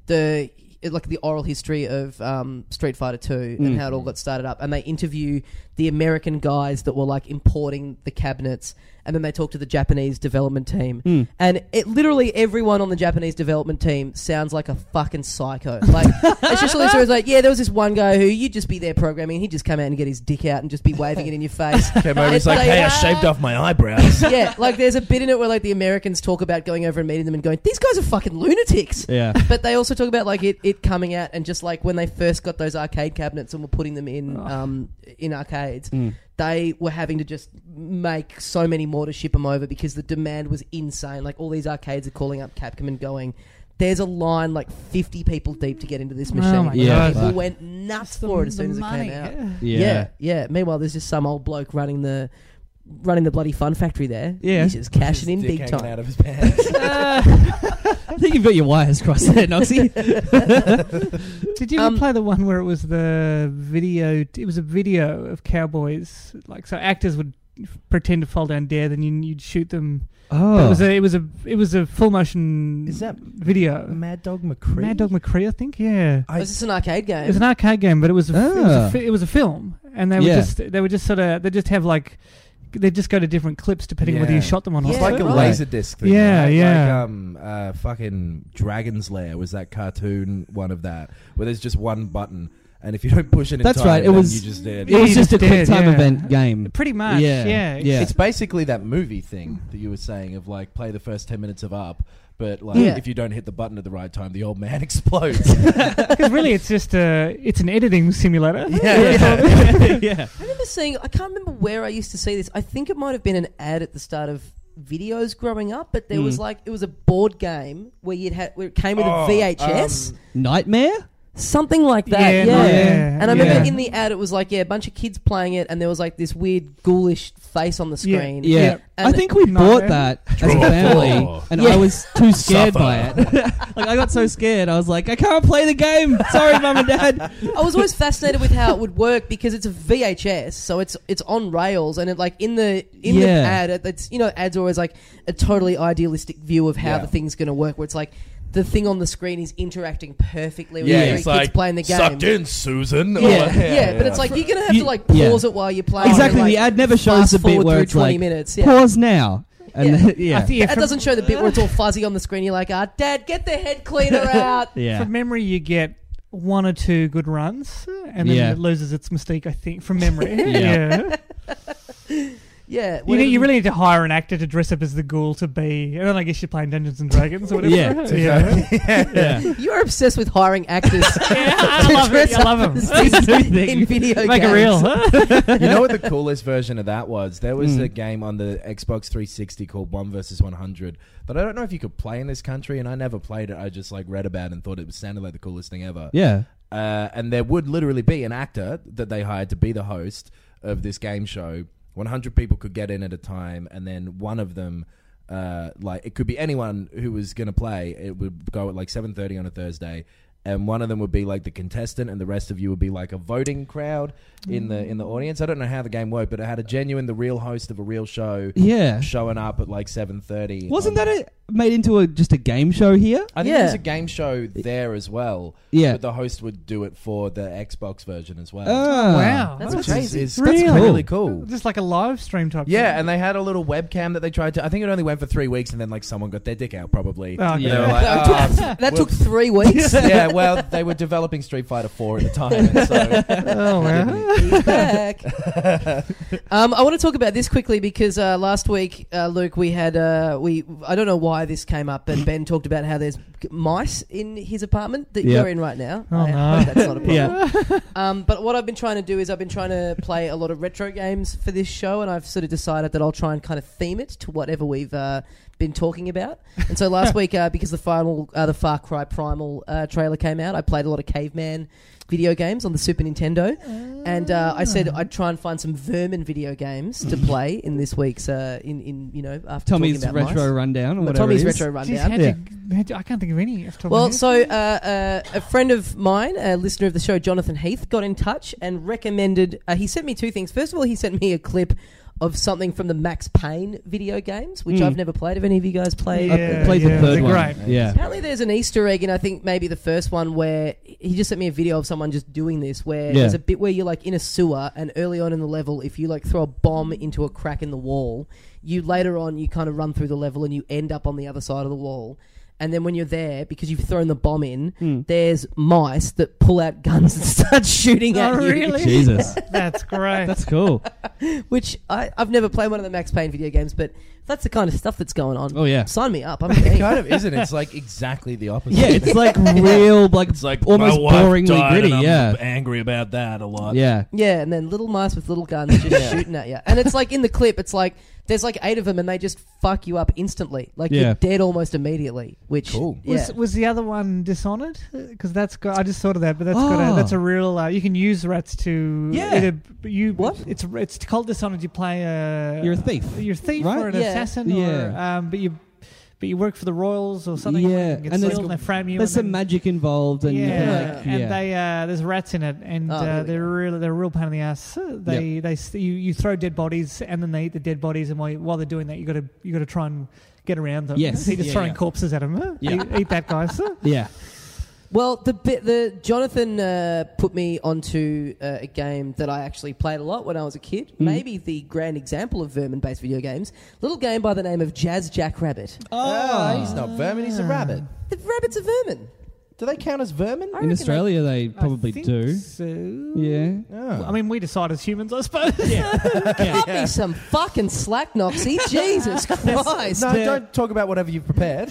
A: the like the oral history of um, Street Fighter Two and how it
C: Mm-hmm.
A: all got started up, and they interview the American guys that were like importing the cabinets, and then they talk to the Japanese development team,
C: Hmm.
A: and it literally everyone on the Japanese development team sounds like a fucking
C: <laughs>
A: psycho. Like it's just all these stories like, yeah, there was this one guy who you'd just be there programming, he'd just come out and get his dick out and just be waving it in your face.
C: <laughs> Came over,
A: It's
C: it's like,
A: like,
C: hey, I
A: ah.
C: shaved off my eyebrows.
A: yeah, like there's a bit in it where like the Americans talk about going over and meeting them and going, these guys are fucking lunatics.
B: <laughs> Yeah.
A: But they also talk about like it, it coming out and just like when they first got those arcade cabinets and were putting them in um, in arcades,
B: Mm.
A: they were having to just make so many more to ship them over because the demand was insane. Like all these arcades are calling up Capcom and going. There's a line like 50 people deep to get into this machine.
D: Oh my
A: Like,
B: Yeah,
A: people
B: fuck.
A: went nuts
D: It's the-
A: for it as
D: the
A: soon as it
D: money,
A: came out.
D: yeah.
B: Yeah.
A: Yeah, yeah. Meanwhile, there's just some old bloke running the running the bloody fun factory there.
B: Yeah.
A: he's just cashing in
C: His
A: big
C: dick hanging
A: time.
C: Out of his
A: <laughs>
C: pants.
B: <laughs> I think you've got your wires crossed there, Noxy.
D: Did you ever
A: Um,
D: play the one where it was the video? It was a video of cowboys. Like so, actors would f- pretend to fall down dead, and you, you'd shoot them. But
B: oh.
D: It was a it was a it was a full motion
C: Is that
D: video.
C: Mad Dog McCree.
D: Mad Dog McCree, I think. Yeah,
C: I,
A: Was this an arcade
D: it
A: game?
D: was an arcade game, but it was a, f- it, was
B: Ah.
D: a fi- it was a film, and they were
B: Yeah.
D: just they were just sort of they just have like they just go to different clips depending whether
C: Yeah.
D: you shot them or not.
C: It's like a
A: right.
C: laser disc thing.
D: Yeah,
C: right?
D: yeah.
C: Like, um, uh, fucking Dragon's Lair was that cartoon one of that where there's just one button, and if you don't push it, in
B: That's
C: time,
B: right, it
C: then
B: was-
C: you just did.
B: it was
D: You
B: just a
D: just
B: quick
D: did,
B: time
D: yeah.
B: event
D: <laughs>
B: game.
D: Pretty much,
B: Yeah,
D: yeah. <laughs>
B: yeah.
C: It's basically that movie thing that you were saying of like play the first ten minutes of Up, but like
A: Yeah.
C: if you don't hit the button at the right time, the old
A: <laughs>
C: man <laughs> explodes. yeah,
D: Because really, it's just a it's an editing simulator.
C: <laughs>
B: <laughs> yeah.
A: I remember seeing. I can't remember where I used to see this. I think it might have been an ad at the start of videos growing up, but there was
B: Hmm.
A: like it was a board game where you'd had where it came with
C: Oh,
A: a VHS,
C: um,
B: Nightmare?
A: something like that. Yeah.
D: Yeah, no, yeah,
A: And I remember
B: yeah.
A: in the ad it was like yeah, a bunch of kids playing it, and there was like this weird ghoulish face on the
D: Yeah.
A: screen.
B: Yeah.
D: Yeah.
B: I
A: And-
B: think we
D: Nightmare.
B: bought that as a family, and I was too scared by it. <laughs> like, I got so scared, I was like, I can't play the game. Sorry, mum and dad.
A: I was always fascinated with how it would work because it's a VHS, so it's it's on rails, and it like in the in the
B: Yeah.
A: ad, it, it's you know ads are always like a totally idealistic view of how
C: Yeah.
A: the thing's going to work, where it's like the thing on the screen is interacting perfectly with the three
C: it's
A: kids
C: like
A: playing the game.
C: sucked in, Susan. <laughs>
A: Yeah, yeah, but it's like you're gonna have
B: You-
A: to like
B: yeah.
A: pause it while you're playing.
B: exactly.
A: and,
B: the
A: Oh, like,
B: ad never shows
A: fast
B: the bit
A: forward
B: where
A: through
B: it's
A: 20
B: like,
A: minutes, yeah.
B: pause now. And
A: Yeah.
B: then- yeah.
D: I think, yeah,
A: That
D: from-
A: doesn't show the bit where it's all fuzzy on the screen. You're like, ah, Dad, get the head cleaner
B: <laughs>
A: out.
B: yeah.
D: From memory, you get one or two good runs, and then
B: Yeah.
D: it loses its mystique. I think from memory.
B: <laughs> Yeah.
D: yeah,
A: Yeah,
D: you,
A: whatever
D: need, you really need to hire an actor to dress up as the ghoul to be, and then I guess you're playing Dungeons and Dragons or whatever. <laughs>
B: Yeah.
A: <laughs>
B: Yeah.
A: you are obsessed with hiring actors
D: <laughs> Yeah,
A: to
D: I love
A: dress
D: it. I love
A: up
D: 'em.
A: as these <laughs>
B: Everything.
A: in video
D: <laughs> Make
A: games.
D: it real.
C: you know what the coolest version of that was? There was
B: Mm.
C: a game on the Xbox 360 called One Versus 100 that I don't know if you could play in this country, and I never played it. I just like read about it and thought it was sounded like the coolest thing ever.
B: <laughs> Yeah.
C: Uh, and there would literally be an actor that they hired to be the host of this game show. 100 people could get in at a time, and then one of them, uh, like it could be anyone who was going to play. It would go at like 7:30 on a Thursday, and one of them would be like the contestant, and the rest of you would be like a voting crowd in the in the audience. I don't know how the game worked, but it had a genuine, the real host of a real show
B: Yeah.
C: showing up at like 7:30.
B: Wasn't
C: on-
B: that a, made into a just a game show here?
C: I think
A: Yeah.
C: there's a game show there as well.
B: Yeah.
C: But the host would do it for the Xbox version as well.
B: Oh.
D: wow,
A: That's
C: which is,
A: crazy.
C: is
D: Really?
C: that's really cool.
D: just like a live stream type.
C: Yeah, and they had a little webcam that they tried to. I think it only went for three weeks, and then like someone got their dick out probably. <laughs>
D: Oh,
C: And they
D: okay.
C: were like,
A: That
C: "Ah,
A: took, that took
C: whoops."
A: three
C: <laughs>
A: weeks.
C: yeah, well, they were developing Street Fighter Four at the time, and <laughs> so
D: thing. oh wow.
A: He's back. um, I want to talk about this quickly because uh, last week, uh, Luke, we had uh, we I don't know why this came up, but Ben talked about how there's mice in his apartment that
B: Yeah.
A: you're in right now.
D: Oh,
A: I
D: no.
A: hope that's not a
B: <laughs>
A: problem.
B: Yeah.
A: Um, but what I've been trying to do is I've been trying to play a lot of retro games for this show, and I've sort of decided that I'll try and kind of theme it to whatever we've uh, been talking about. And so
B: <laughs>
A: last week, uh, because the final, uh, the Far Cry Primal uh, trailer came out, I played a lot of caveman video games on the Super Nintendo, and uh, I
B: Ah.
A: said I'd try and find some vermin video games
B: <laughs>
A: to play in this week's uh, in in you know after
B: Tommy's
A: talking about
B: retro
A: mice.
B: rundown or
A: But
B: whatever.
A: Tommy's
B: it is.
A: retro
D: Jeez,
A: rundown.
D: how'd you- how'd you- I can't think of any. off the top of my
A: Well,
D: head.
A: so uh, uh, a friend of mine, a listener of the show, Jonathan Heath, got in touch and recommended. Uh, he sent me two things. First of all, he sent me a clip of something from the Max Payne video games, which I've never played. Have any of you guys played?
D: Hmm. Yeah.
B: I Uh, played the
D: yeah,
B: third
D: they're
B: one.
D: great.
A: <laughs>
B: Yeah.
A: Apparently, there's an Easter egg, and I think maybe the first one where he just sent me a video of someone just doing this. Where
B: Yeah.
A: there's a bit where you're like in a sewer, and early on in the level, if you like throw a bomb into a crack in the wall, you later on you kind of run through the level and you end up on the other side of the wall. And then when you're there, because you've thrown the bomb in,
B: Hmm.
A: there's mice that pull out guns <laughs> and start shooting
D: Oh,
A: at you.
D: really?
B: Jesus.
D: That's great.
B: That's cool.
A: Which I, I've never played one of the Max Payne video games, but if that's the kind of stuff that's going on.
B: Oh, yeah.
A: sign me up. I'm
B: <laughs>
C: It
A: keen.
C: kind of isn't. It's like exactly the opposite.
A: <laughs>
B: Yeah, it's like real, like,
C: It's like
B: almost
C: my wife died
B: boringly
C: and
B: gritty.
C: I'm
B: Yeah.
C: angry about that a lot.
B: Yeah.
A: Yeah, and then little mice with little guns just shooting at you. And it's like in the clip, it's like there's like eight of them, and they just fuck you up instantly. Like
B: Yeah.
A: you're dead almost immediately. Which
C: Cool.
A: yeah.
D: Was, was the other one Dishonored? Because that's got, I just thought of that, but that's got
B: Oh.
D: a, that's a real. Uh, you can use rats to
B: Yeah.
D: either b- you
A: What?
D: It's it's called Dishonored. You play a
B: You're a thief.
D: You're a thief
B: Right?
D: or an
A: Yeah.
D: assassin.
B: Yeah.
D: Or, um, but you but you work for the royals or something.
B: Yeah,
D: and,
B: and
D: and,
B: there's-
D: sealed, and they frame you.
B: There's
D: and
B: some
D: then-
B: magic involved, and you can,
D: yeah,
B: like,
D: and
B: yeah.
D: they uh, there's rats in it, and
A: Oh, there
D: uh,
A: we
D: they're
A: go.
D: real they're a real pain in the ass. They they s- you, you throw dead bodies, and then they eat the dead bodies, and while, while they're doing that, you got to you got to try and get around them.
B: Yes.
D: so you're just
B: Yeah,
D: throwing
B: yeah.
D: corpses at them.
B: Yeah.
D: eat that guy. sir.
B: yeah.
A: Well, the bit the Jonathan uh, put me onto uh, a game that I actually played a lot when I was a kid. Maybe the grand example of vermin-based video games. Little game by the name of Jazz Jackrabbit.
C: Ah, he's not vermin. He's a rabbit.
A: The rabbits are vermin.
C: Do they count as vermin?
A: I Uh,
B: In
A: reckon
B: Australia, they
D: I
B: probably
D: think
B: do.
D: So.
B: Yeah.
C: Oh.
D: I mean, we decide as humans, I suppose. <laughs>
A: they- Cut me some fucking slack, Noxie. Jesus Christ.
C: no,
B: they're-
C: don't talk about whatever you've prepared.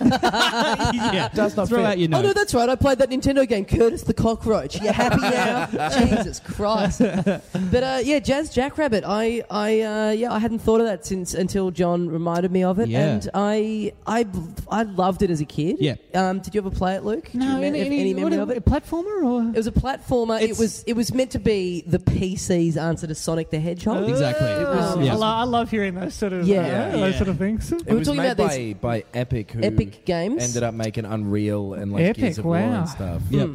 B: yeah.
C: Does not
B: Throw
C: fit.
B: out your
A: Oh no,
B: nose.
A: that's right. I played that Nintendo game, Curtis the Cockroach. You
B: <laughs>
A: happy now? Jesus Christ! But uh, yeah, Jazz Jackrabbit. I, I, uh, yeah, I hadn't thought of that since until John reminded me of it,
B: Yeah.
A: and I, I, I loved it as a kid.
B: Yeah.
A: Um, did you ever play it, Luke? Do you remem- if any memory
D: what,
A: of
D: a
A: it?
D: platformer or
A: It was a platformer.
B: It's-
A: it was it was meant to be the PC's answer to Sonic the Hedgehog.
B: Exactly. It was-
D: Oh,
B: Um, yeah.
D: I, lo- I love hearing those sort of
A: Yeah.
D: uh,
A: Yeah.
D: those
B: Yeah.
D: sort
B: <laughs>
D: of things. <laughs>
C: It
A: were
C: was
A: talking
C: made
A: about
C: by, by Epic, who
A: Epic Games.
C: ended up making Unreal and like
D: Epic,
C: Gears of War
D: wow.
C: and stuff.
B: Yeah.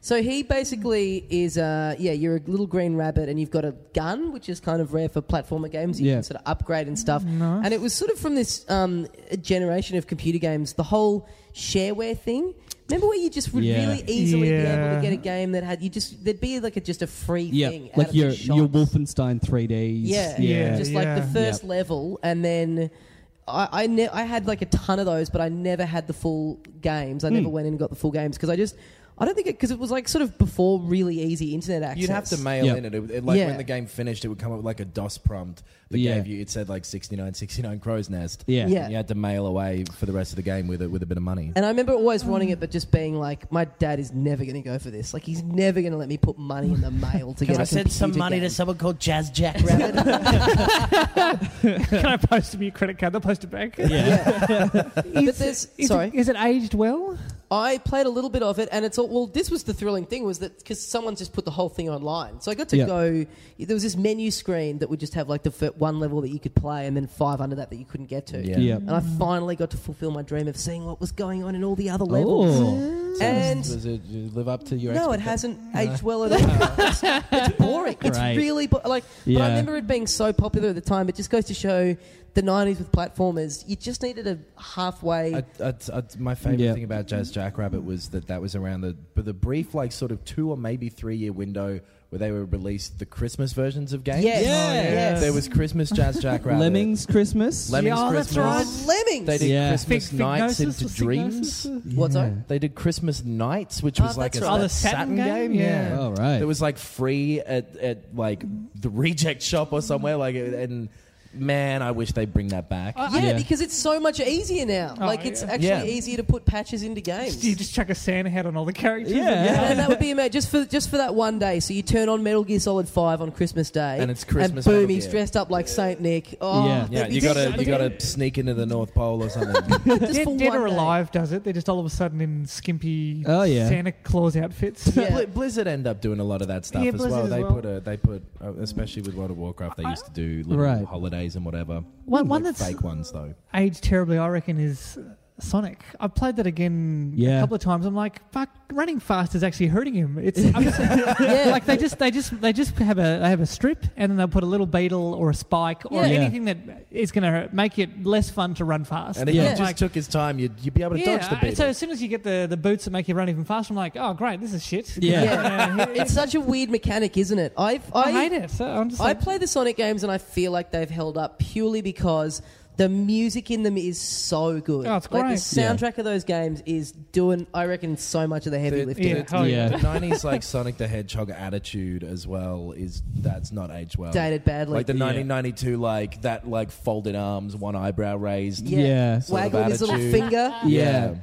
A: So he basically is, uh, yeah, you're a little green rabbit and you've got a gun, which is kind of rare for platformer games. You
B: Yeah.
A: can sort of upgrade and stuff. And it was sort of from this um, generation of computer games, the whole shareware thing. Remember where you just would
B: Yeah.
A: really easily be able
D: Yeah.
A: to get a game that had you just there'd be like a just a free thing.
B: Yeah.
A: out
B: Like
A: of the
B: your your
A: shops.
B: Wolfenstein 3Ds.
A: Yeah,
D: Yeah.
A: Just like the
D: yeah.
A: first
B: Yep.
A: level, and then I I, ne- I had like a ton of those, but I never had the full games. I never went in and got the full games because I just I don't think it because it was like sort of before really easy internet access.
C: You'd have to mail
B: Yeah.
C: in it. It- it- Like
A: Yeah.
C: when the game finished, it would come up with like a DOS prompt that
B: Yeah.
C: gave you. It said like 69, 69 crow's nest.
B: Yeah.
A: Yeah.
C: And you had to mail away for the rest of the game with it with a bit of money.
A: And I remember always wanting it, but just being like, my dad is never going to go for this. Like, he's never going to let me put money in the mail to get. a
E: Can I send some
A: computer
E: money
A: game.
E: to someone called Jazz Jackrabbit?
D: Can I post them your credit card? They'll post it back.
A: Uh, But there's
D: <laughs> Is
A: sorry,
D: It, is it aged well?
A: I played a little bit of it, and it's all. Well, this was the thrilling thing was that because someone just put the whole thing online, so I got to
B: Yeah.
A: go. There was this menu screen that would just have like the fir- one level that you could play, and then five under that that you couldn't get to.
C: Yeah.
B: Yeah.
A: And I finally got to fulfill my dream of seeing what was going on in all the other levels.
B: Oh.
A: And
C: Does it you live up to your?
A: no, it
C: expecta-
A: hasn't aged well at all. it's, it's boring. It's
B: Great.
A: really bo- like. But I
B: Yeah.
A: remember it being so popular at the time. It just goes to show the '90s with platformers. You just needed a halfway.
C: I, I, I, my favorite
B: Yeah.
C: thing about Jazz Jackrabbit was that that was around the but the brief like sort of two or maybe three year window where they were released the Christmas versions of games. Oh,
A: Yes.
B: Yeah.
A: Yes.
C: There was
A: <laughs>
C: Christmas Jazz Jackrabbit.
B: Lemmings Christmas.
C: Lemmings
D: Yeah, that's
C: Christmas.
A: oh, lemmings.
C: They did
B: Yeah.
C: Christmas
D: Fig-
C: nights
D: Fignosis or
C: into dreams.
D: Cygnosis?
A: What's that?
C: They did Christmas nights, which
A: Oh,
C: was like a
A: that's right. Oh,
D: the
C: satin,
D: Saturn
C: game.
D: game?
C: Yeah.
D: Yeah.
B: Oh, right.
C: It was like free at, at like the reject shop or somewhere. Like, and man, I wish they'd bring that back.
A: Uh,
D: Uh,
A: Yeah,
B: Yeah.
A: because it's so much easier now.
D: Oh,
A: like it's
D: yeah.
A: actually
C: Yeah.
A: easier to put patches into games.
D: You just chuck a sand hat on all the characters.
B: Yeah.
D: and-
A: and that would be amazing just for just for that one day. So you turn on Metal Gear Solid Five on Christmas Day,
C: And it's Christmas
A: And boom,
C: Metal
A: he's
C: Gear.
A: dressed up like Saint Nick. Oh,
B: Yeah.
C: yeah,
A: that'd be
C: you gotta you
A: just-
C: gotta sneak into the North Pole or
D: <laughs>
C: something.
A: just
D: Dead,
A: for
D: Dead
A: one
D: or
A: day.
D: Alive does it. They're just all of a sudden in skimpy
B: Oh, yeah.
D: Santa Claus outfits.
A: Yeah.
C: Bli- Blizzard end up doing a lot of that stuff
D: Yeah,
C: as
D: Blizzard
C: well.
D: as
C: They
D: well.
C: put a they put uh, especially with World of Warcraft, they used to do little
B: Right.
C: holidays and whatever.
D: One- one
C: Like
D: that's-
C: fake ones though.
D: aged terribly, I reckon, is Sonic. I've played that again
B: Yeah.
D: a couple of times. I'm like, fuck, running fast is actually hurting him. It's I'm just, like they just they just they just have a they have a strip and then they'll put a little beetle or a spike or
B: Yeah. Yeah.
D: anything that is going to make it less fun to run fast.
C: And if
B: Yeah.
C: he just
D: Like-
C: took his time, you'd, you'd be able to dodge the beetle.
D: so as soon as you get the, the boots that make you run even faster, I'm like, oh great, this is shit.
B: Yeah.
A: Yeah. it's such a weird mechanic, isn't it? I've,
D: I,
A: I,
D: hate it. So I'm just
A: I
D: like,
A: play the Sonic games and I feel like they've held up purely because the music in them is so good.
D: Oh, it's
A: Like the
D: great.
A: soundtrack of those games is doing, I reckon, so much of the heavy
C: The-
A: lifting.
D: yeah,
B: <laughs>
D: hell
B: Yeah.
C: the 90s like Sonic the Hedgehog attitude as well is that's not aged well.
A: Dated badly.
C: Like the
B: Yeah.
C: 1992 like that like folded arms, one eyebrow raised.
B: Yeah. Yeah.
C: Sort of
A: Waggle his little
C: attitude.
A: finger.
C: Yeah.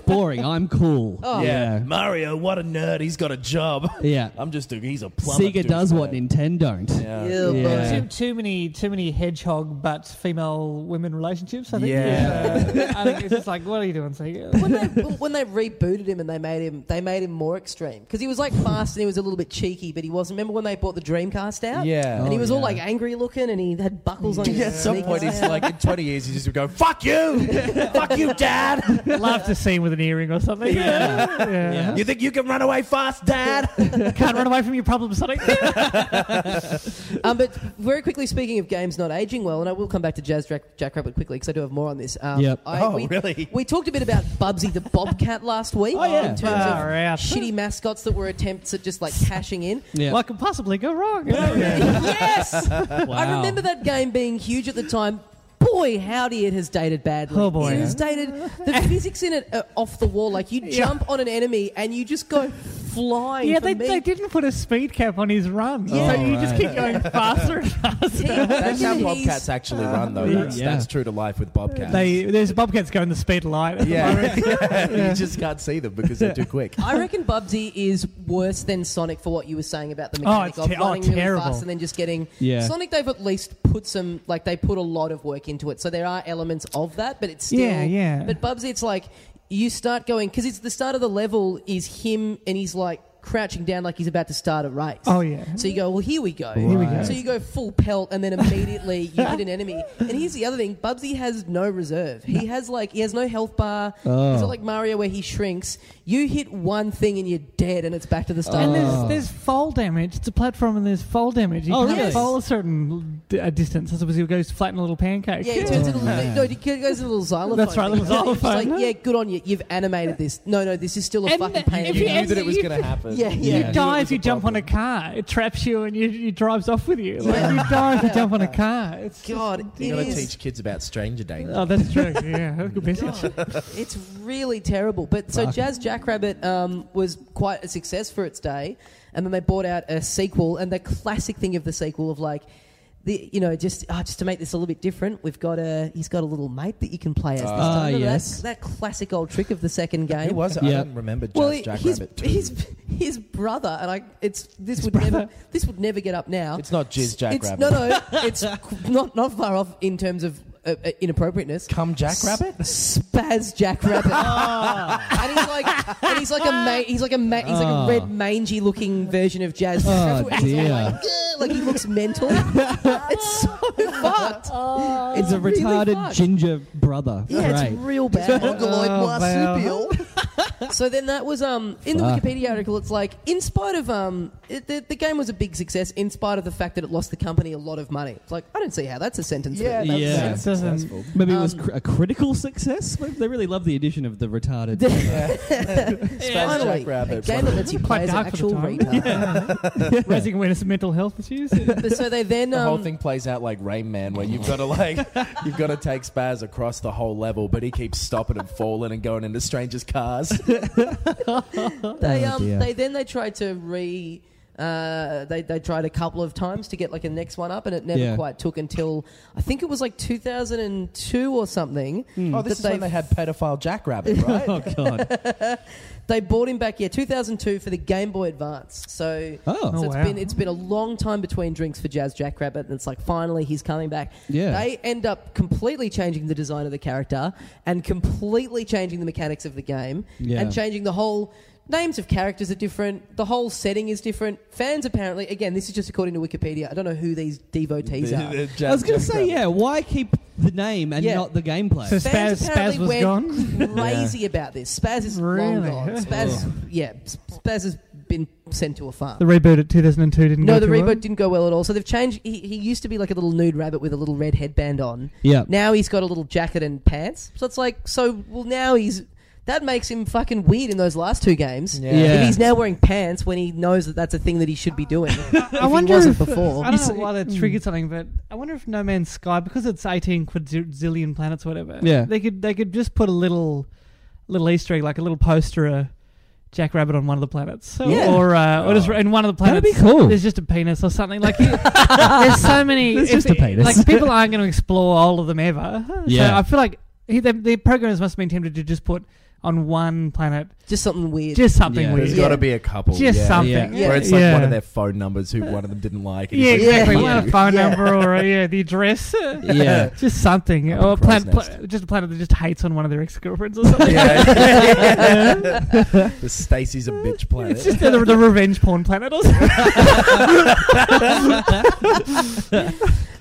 A: <laughs>
B: boring. I'm cool.
A: Oh.
C: Yeah.
B: Yeah.
C: Mario, what a nerd. He's got
B: <laughs>
C: a job.
B: Yeah.
C: I'm just a he's a plumber.
B: Sega
C: dude,
B: does what
C: man.
B: Nintendo don't.
C: Yeah.
A: Ew,
B: Yeah.
A: but-
D: Too, too many, too many hedgehog but female women relationships. I think.
C: Yeah.
D: Yeah. I think it's just like, what are you doing? So, yeah.
A: when
C: <laughs>
A: they when they rebooted him and they made him they made him more extreme because he was like fast and he was a little bit cheeky, but he wasn't. Remember when they bought the Dreamcast out?
C: Yeah.
A: and he
B: Oh,
A: was all
B: yeah.
A: like angry looking and he had buckles on. his
C: <laughs> <laughs> Yeah, at some
A: sneakers.
C: point he's like in 20 years he's just going fuck
B: <laughs>
C: you, fuck you, dad.
D: <laughs> Love to see him with an earring or something. Yeah. Yeah.
C: You think you can run away
B: <laughs>
C: fast, dad?
D: Can't run away from your problems, <laughs> Sonic.
A: Um, but very quickly, speaking of games not aging well, and I will come back to Jazz Jack, Jackrabbit quickly because I do have more on this. Um,
B: Yep.
A: I,
C: Oh,
A: we,
C: really?
A: We talked a bit about Bubsy the Bobcat last week.
B: Oh, yeah.
A: In terms of
D: Far
C: Uh,
D: out.
A: shitty mascots that were attempts at just like cashing
C: <laughs>
A: in.
B: Yeah.
D: What could possibly go
A: <laughs>
D: wrong?
A: yes! I
B: Wow.
A: remember that game being huge at the time. Boy, howdy, it has dated badly.
D: Oh, boy.
A: It has dated.
D: <laughs>
A: The physics in it are off the wall. Like, you jump on an enemy and you just go flying.
D: Yeah,
A: for
D: they,
A: me.
D: they didn't put a speed cap on his run,
A: Yeah.
D: so you just keep <laughs> going faster and faster.
C: That's how
A: He's-
C: bobcats actually run, though. That's,
B: Yeah.
C: that's true to life with bobcats.
D: They, there's bobcats going the speed of light.
B: <laughs>
C: yeah. <laughs> you just can't see them because they're too quick.
A: I reckon Bubsy is worse than Sonic for what you were saying about the mechanic
D: it's
A: of
D: te- oh,
A: running really
D: terrible.
A: fast and then just getting.
B: Yeah.
A: Sonic, they've at least put some like they put a lot of work into it, so there are elements of that, but it's still
D: Yeah, yeah.
A: But Bubsy, it's like you start going because it's the start of the level is him and he's like crouching down like he's about to start a race.
D: Oh, yeah.
A: So you go, well, here we go.
B: Here we go.
A: So you go full pelt, and then immediately you hit an enemy. And here's the other thing: Bubsy has no reserve. He has like he has no health bar. He's not like Mario where he shrinks. You hit one thing and you're dead, and it's back to the start.
D: And there's, there's fall damage. It's a platform and there's fall damage. You
B: Oh,
D: can't
B: really?
D: fall a certain d- uh, distance. I suppose he goes flat in a little pancake.
A: yeah, he turns into little, no, he goes into a little xylophone.
D: That's right,
A: thing. <laughs>
D: little
A: It's just
D: xylophone.
A: Like, yeah, good on you. You've animated this. No, no, this is still a
D: And
A: fucking
D: the-
A: pain. in
D: if
A: the
D: you
C: You
A: ass.
C: knew that it was going to happen.
A: yeah, yeah.
D: You
C: Yeah.
D: die
C: It
D: if
C: was
D: you
C: a
D: jump on a
C: problem.
D: car. It traps you and you, you drives off with you. Like, you die if you jump on a car.
A: <laughs>
D: It's
A: God,
C: You
A: it
C: gotta
A: is-
C: teach kids about stranger danger.
D: Oh, that's true. <laughs> Yeah, that's a good <laughs> message.
A: It's really terrible. But so Jazz Jackrabbit um, was quite a success for its day, and then they brought out a sequel. And the classic thing of the sequel of like. The, you know, just ah, just to make this a little bit different, we've got a he's got a little mate that you can play as. This
B: Ah,
A: time. Remember that-
B: yes.
A: that, classic old trick of the second game.
C: Who was it?
B: Yeah.
C: I don't remember. Jazz
A: Uh, Well,
C: Jack
A: his,
C: Rabbit.
A: his his brother, and I it's this would never this would never get up now.
C: It's not Jizz Jack
A: It's-
C: Rabbit.
A: No, no, it's <laughs> not not far off in terms of uh, uh, inappropriateness.
C: Come Jack
A: <laughs>
C: Rabbit?
A: Spaz Jack
B: <laughs>
A: Rabbit. and he's like, and he's like a ma- he's like a ma- he's like a
B: Oh.
A: red mangy looking version of Jazz. Jack
B: Oh,
A: Rabbit. He's all
B: dear.
A: Like, "Gah," like he looks mental. <laughs> it's so fucked.
C: Oh.
B: It's a
A: really
B: retarded
A: fucked.
B: ginger brother.
A: Yeah,
B: Great. Oh,
A: it's real
B: <laughs>
A: bad.
D: marsupial.
A: <laughs> So then that was um, in the
B: Fuck.
A: Wikipedia article. It's like, in spite of um, it, the, the game was a big success, in spite of the fact that it lost the company a lot of money. It's like, I don't see how that's a sentence.
C: Yeah,
A: that-
C: that's
B: Yeah.
C: that's
D: Doesn't-
C: successful.
B: Maybe it was cr- a critical success. Maybe they really love the addition of the retarded.
C: Spaz
A: Finally,
C: Jack Rabbit.
A: a game that lets you play
D: Quite
A: as an
D: dark for
A: actual
D: the time.
A: retard.
D: Raising awareness of mental health issues.
A: But so they then
C: the
A: um,
C: whole thing plays out like Rain Man, where you've got to like, you've got to take Spaz across the whole level, but he keeps stopping and falling and going into strangers' cars.
A: They
B: Oh,
A: um,
B: dear.
A: they then they tried to re. Uh, they they tried a couple of times to get like a next one up, and it never
B: Yeah.
A: quite took until I think it was like 2002 or something.
C: Oh, this
A: that
C: is when they had pedophile Jack Rabbit, right?
B: oh god.
A: they bought him back yeah 2002 for the Game Boy Advance. So.
B: Oh.
A: So
D: Oh,
A: it's
D: wow.
A: been it's been a long time between drinks for Jazz Jackrabbit, and it's like finally he's coming back.
B: Yeah.
A: They end up completely changing the design of the character and completely changing the mechanics of the game
B: Yeah.
A: and changing the whole Names of characters are different. The whole setting is different. Fans apparently, again, this is just according to Wikipedia. I don't know who these devotees are.
B: I was going to say, yeah, why keep the name and
A: Yeah.
B: not the gameplay?
D: So-
A: Fans
D: Spaz- Spaz
A: apparently
D: was
A: went
D: gone? <laughs>
A: crazy about this. Spaz is long
D: Really?
A: gone. Spaz, yeah, Spaz has been sent to a farm.
D: The reboot at 2002 didn't
A: no,
D: go
A: the
D: too
A: reboot
D: well.
A: didn't go well at all. So they've changed. He, he used to be like a little nude rabbit with a little red headband on.
B: yeah.
A: Now he's got a little jacket and pants. So it's like, so well, now he's that makes him fucking weird in those last two games.
B: Yeah.
A: If he's now wearing pants when he knows that that's a thing that he should be doing, if he wasn't before.
D: I don't know why that
B: mm.
D: triggered something, but I wonder if No Man's Sky, because it's eighteen quadzillion planets, or whatever.
B: Yeah.
D: they could they could just put a little, little Easter egg, like a little poster of Jackrabbit on one of the planets,
A: Yeah.
D: or uh, or just
C: Oh.
D: in one of the
B: That'd
D: planets.
B: be cool.
D: There's just a penis or something.
B: <laughs>
D: Like you- there's so many.
B: There's
D: if-
B: just a penis.
D: Like people aren't going to explore all of
B: <laughs>
D: them ever.
B: Yeah.
D: so I feel like he, the, the programmers must have been tempted to just put on one planet
A: Just something weird.
D: just something
B: Yeah.
C: There's
D: weird.
A: Yeah.
C: got to be a couple.
D: Just
C: yeah.
D: something.
B: Yeah.
C: Where it's like one
D: Yeah.
C: of their phone numbers who one of them didn't like. and
D: Yeah,
C: it's like, <laughs>
D: exactly.
C: fuck
D: Well,
C: you.
D: a phone
A: Yeah.
D: number or uh, yeah, the
B: <laughs>
D: address. <laughs>
B: Yeah.
D: just something,
C: Up in
D: or a
C: Christ's
D: planet, pla- just a planet that just hates on one of their ex girlfriends or something.
C: Yeah. <laughs> the Stacy's a bitch planet.
D: <laughs> It's just the, the revenge porn planet or something.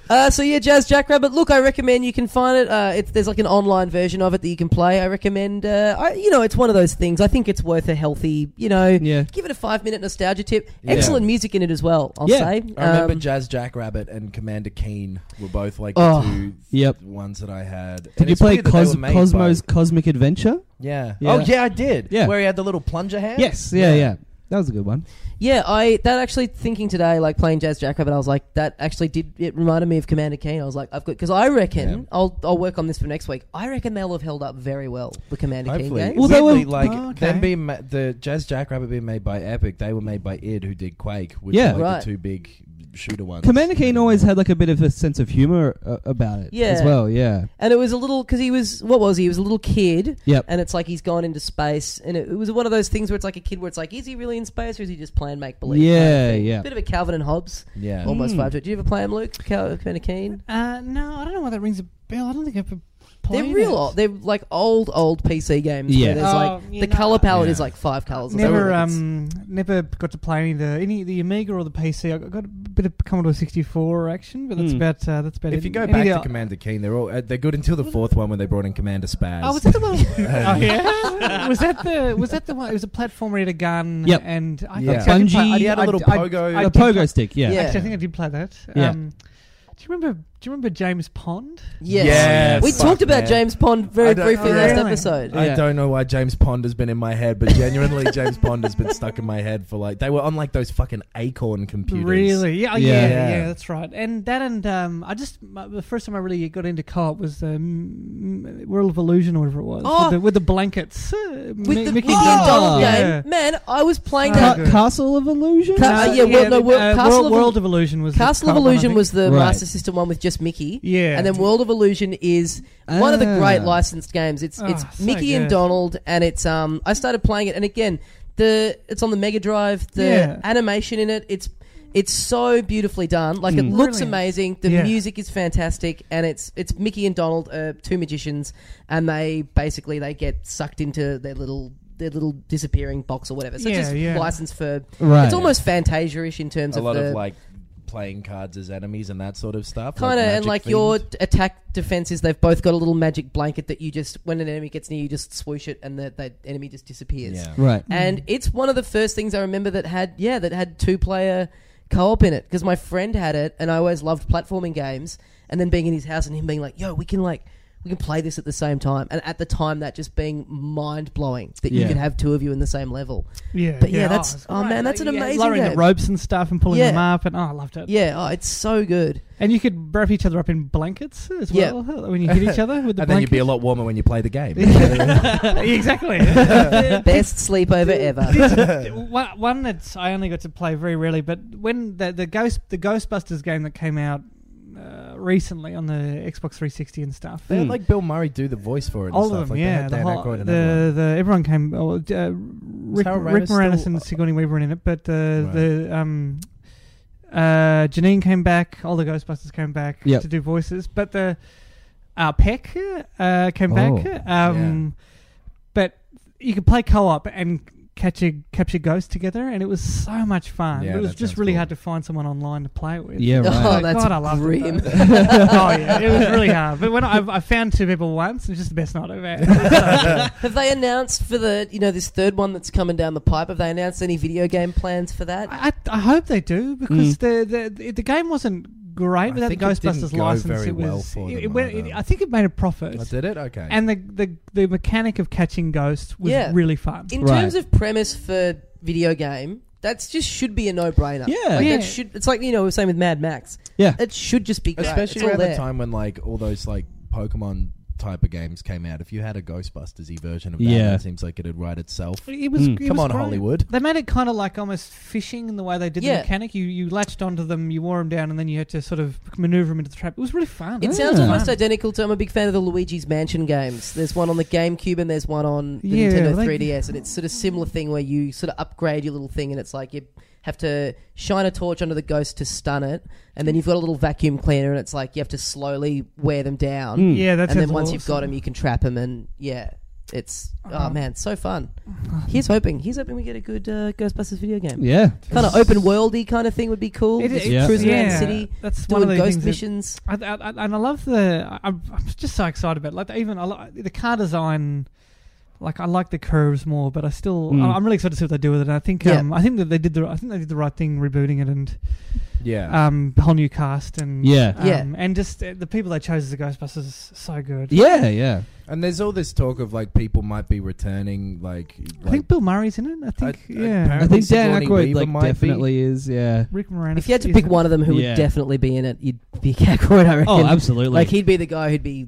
A: Uh, so yeah, Jazz Jackrabbit. Look, I recommend you can find it. Uh, it's, there's like an online version of it that you can play. I recommend. Uh, I, you know, it's one of those things. I think it's worth a healthy. You know,
B: Yeah.
A: give it a five minute nostalgia tip.
C: Yeah.
A: Excellent music in it as well. I'll
B: Yeah.
A: say.
C: I remember
A: Um,
C: Jazz Jackrabbit and Commander Keen were both like
A: Oh.
C: the two
B: Yep.
C: ones that I had. Did
B: Did you play Cos- Cosmos Cosmic Adventure?
C: yeah.
B: Yeah.
C: Oh yeah, I did.
B: Yeah.
C: Where he had the little plunger hand.
B: Yes. Yeah, yeah. That was a good one.
A: yeah, I that actually thinking today, like playing Jazz Jackrabbit, I was like, that actually did. It reminded me of Commander Keen. I was like, I've got because I reckon
C: Yeah.
A: I'll I'll work on this for next week. I reckon they'll have held up very well. The Commander Keen
C: Hopefully,
A: games.
B: Well, they were-
C: Weirdly, like
D: Oh, okay.
C: them being ma- the Jazz Jackrabbit being made by Epic, they were made by id, who did Quake, which
B: Yeah.
C: are like
A: Right.
C: the two big shooter ones.
B: Commander Keen always had like a bit of a sense of humor uh, about it
A: Yeah.
B: as well. Yeah.
A: And it was a little because he was what was he? He was a little kid.
B: Yep.
A: And it's like he's gone into space, and it, it was one of those things where it's like a kid where it's like, is he really in space or is he just playing make believe?
B: Yeah, yeah.
A: Bit of a Calvin and Hobbes,
C: yeah.
A: almost
B: Mm.
A: vibe to it. Did you ever play him, Luke? Cal- Commander Keen?
D: <laughs> Uh, no, I don't know why that rings a bell. I don't think I've ever
A: They're
D: played
A: real.
D: it.
A: Old, they're like old, old PC games.
B: Yeah.
A: Where there's
D: Oh,
A: like
D: you
A: the
D: know,
A: color palette is
C: Yeah.
A: like five colors.
D: Never, um, never got to play any of the any the Amiga or the PC. I got a bit of Commodore sixty four action, but that's
B: Hmm.
D: about uh, that's about.
C: If
D: it.
C: you go
D: Any
C: back
D: of
C: to
D: the-
C: Commander Keen, they're all uh, they're good until the fourth one when they brought in Commander Spaz.
D: Oh, was that
C: <laughs>
D: the one? <laughs> oh, yeah. <laughs> Was that the was that the one? It was a platformer. He had a gun.
B: Yep.
D: And I
C: Yeah.
D: think I did play-
B: Bungie-
D: I
C: he had a
D: I-
C: little
D: I-
C: pogo.
D: I
B: a
D: did play-
B: pogo stick. Yeah.
A: Yeah.
D: Actually, I think I did play that.
B: Yeah.
D: Um, do you remember? Do you remember James Pond?
A: Yes.
C: Yes.
A: We
C: Fuck,
A: talked about
C: man.
A: James Pond
C: I
A: very
C: don't-
A: briefly
C: Oh,
A: last
D: really?
A: episode.
C: I
B: Yeah.
C: don't know why James Pond has been in my head, but
D: <laughs>
C: genuinely James Pond has been stuck in my head for like they were on like those fucking Acorn computers.
D: Really? Yeah, oh,
B: Yeah.
D: yeah,
C: Yeah.
D: yeah, That's right. And that, and um, I just my, the first time I really got into co-op was the um, World of Illusion, or whatever it was,
A: Oh.
D: with, the, with the blankets. Uh,
A: With
D: Mi-
A: the
D: Mickey
A: Mickey
B: Mouse.
A: Donald
D: Yeah.
A: game, man, I was playing
D: Oh,
A: that.
B: Ca-
D: good.
B: Castle of Illusion.
A: Ca- uh, yeah, well, no, World- Castle
D: World,
A: of-
D: World of Illusion was the
A: Castle of
D: co-op one, I
A: Illusion
D: think.
A: was the
B: Right.
A: Master System one with just Mickey.
D: Yeah.
A: And then World of Illusion is one of the
B: Ah.
A: great licensed games. It's
D: Ah,
A: it's
D: so
A: Mickey and
D: good.
A: Donald and it's um I started playing it and again the it's on the Mega Drive, the
D: Yeah.
A: animation in it, it's it's so beautifully done. Like it
B: Mm.
A: looks
D: Brilliant.
A: amazing. The
D: Yeah.
A: music is fantastic, and it's it's Mickey and Donald, uh, two magicians, and they basically they get sucked into their little their little disappearing box or whatever. So
D: Yeah,
A: it's just
D: yeah.
A: licensed for
B: Right.
A: it's almost Fantasia-ish in terms
C: A
A: of
C: lot
A: the
C: of like playing cards as enemies and that sort of stuff.
A: kind of and
C: magic
A: like your
C: themed.
A: d- attack defenses they've both got a little magic blanket that you just when an enemy gets near you just swoosh it and the, that enemy just disappears
C: yeah.
B: Right.
A: and it's one of the first things i remember that had yeah that had two player co-op in it because my friend had it and i always loved platforming games and then being in his house and him being like yo we can like we can play this at the same time and at the time that just being mind-blowing that you
B: Yeah.
A: could have two of you in the same level
D: Yeah,
A: But yeah, that's-
D: it's
A: oh,
D: great.
A: man, that's an
D: Yeah,
A: amazing
D: lowering the
A: game.
D: ropes and stuff and pulling
A: Yeah.
D: them up, and oh, I loved it.
A: yeah oh, it's so
C: <laughs>
A: good
D: and you could wrap each other up in blankets as
A: Yeah.
D: well when you hit each other with
C: <laughs>
D: the
C: and then you'd be
D: blanket.
C: a lot warmer when you play the
D: <laughs>
C: game. <laughs>
D: exactly.
A: best sleepover ever
D: one, one that I only got to play very rarely, but when the the Ghost the Ghostbusters game that came out uh, recently on the Xbox 360 and stuff.
C: They had, like Bill Murray do the voice for it. And
D: all
C: stuff.
D: of them,
C: like,
D: yeah.
C: They had
D: The,
C: Dan
D: whole,
C: Aykroyd
D: the,
C: and everyone.
D: the everyone came. Oh, uh, Rick,
C: Harold
D: Rick
C: Ramis
D: Moranis
C: still-
D: and Sigourney Weaver were in it, but uh,
C: Right.
D: the um, uh, Janine came back. All the Ghostbusters came back
B: Yep.
D: to do voices, but the uh, Peck uh, came
B: Oh,
D: back. Um, But you could play co-op and catch a capture ghost together, and it was so much fun.
C: Yeah,
D: it was
C: that
D: just
C: sounds
D: really
C: cool.
D: hard to find someone online to play it with.
B: Yeah, right.
A: Oh,
D: Like,
A: that's
D: God, I loved
A: grim.
D: It though. <laughs> oh yeah, it was really hard. But when I, I found two people once, it's just the best night I've had.
A: <laughs> Have they announced for the you know this third one that's coming down the pipe? Have they announced any video game plans for that?
D: I, I hope they do because the, the the game wasn't
C: Mm.
D: great
C: I
D: without the
C: think it didn't
D: Ghostbusters
C: go
D: license.
C: very
D: it was.
C: well for
D: it-
C: them
D: it went-
C: either.
D: I think it made a profit.
C: I Oh, did it. Okay.
D: And the, the the mechanic of catching ghosts was
A: Yeah.
D: really fun.
A: In
B: Right.
A: terms of premise for video game, that's just should be a no-brainer.
B: Yeah.
A: like
D: Yeah.
A: That should, it's like you know we were saying with Mad Max.
B: Yeah.
A: it should just be great.
C: especially
A: It's all
C: around the
A: there.
C: time when like all those like Pokemon type of games came out. If you had a Ghostbusters version of that,
B: Yeah.
C: it seems like it'd write itself.
D: It was,
B: Mm.
D: it
C: Come
D: was
C: on,
D: great.
C: Hollywood.
D: They made it kind of like almost fishing in the way they did
A: Yeah.
D: the mechanic. You you latched onto them, you wore them down, and then you had to sort of maneuver them into the trap. It was really fun.
A: It sounds
B: Yeah.
A: almost identical to. I'm a big fan of the Luigi's Mansion games. There's one on the GameCube and there's one on the
D: Yeah,
A: Nintendo
D: they-
A: 3DS, and it's sort of similar thing where you sort of upgrade your little thing, and it's like you have to shine a torch under the ghost to stun it, and then you've got a little vacuum cleaner, and it's like you have to slowly wear them down,
B: Mm.
D: Yeah, that's
A: and then once you've got them, you can trap them, and yeah. It's
D: Uh-huh.
A: oh man, so fun.
D: Oh,
A: Here's hoping. Here's hoping we get a good uh, Ghostbusters video game.
B: Yeah.
A: Kind of open worldy kind of thing would be
C: Oh,
A: cool.
D: It-
A: Just
B: it-
A: cruising around the
D: yeah.
A: city,
D: That's one of
A: doing
D: the
A: ghost
D: things that-
A: missions.
D: I, I, I- and I love the. I, I'm I'm just so excited about it. like even I, li- the car design. Like I like the curves more, but I still
B: Mm.
D: I- I'm really excited to see what they do with it. And I think
A: Yeah.
D: um, I think that they did the I think they did the right thing rebooting it and
C: Yeah.
D: um whole new cast and
B: Yeah.
D: um,
A: Yeah.
D: and just uh, the people they chose as the Ghostbusters is so good.
B: Yeah, yeah.
C: and there's all this talk of like people might be returning. Like,
D: I think Bill Murray's in it. I think
C: I-
D: yeah.
C: apparently-
B: I think Dan
C: Sigourney
B: Aykroyd
C: Weaver
B: like
C: might be.
B: definitely is. Yeah.
D: Rick Moranis.
A: If you had to
D: is
A: pick
D: in it.
A: one of them who
B: Yeah.
A: would definitely be <laughs> in it, you'd pick Aykroyd, I reckon.
B: Oh, absolutely.
A: Like,
B: <laughs>
A: he'd be the guy who'd be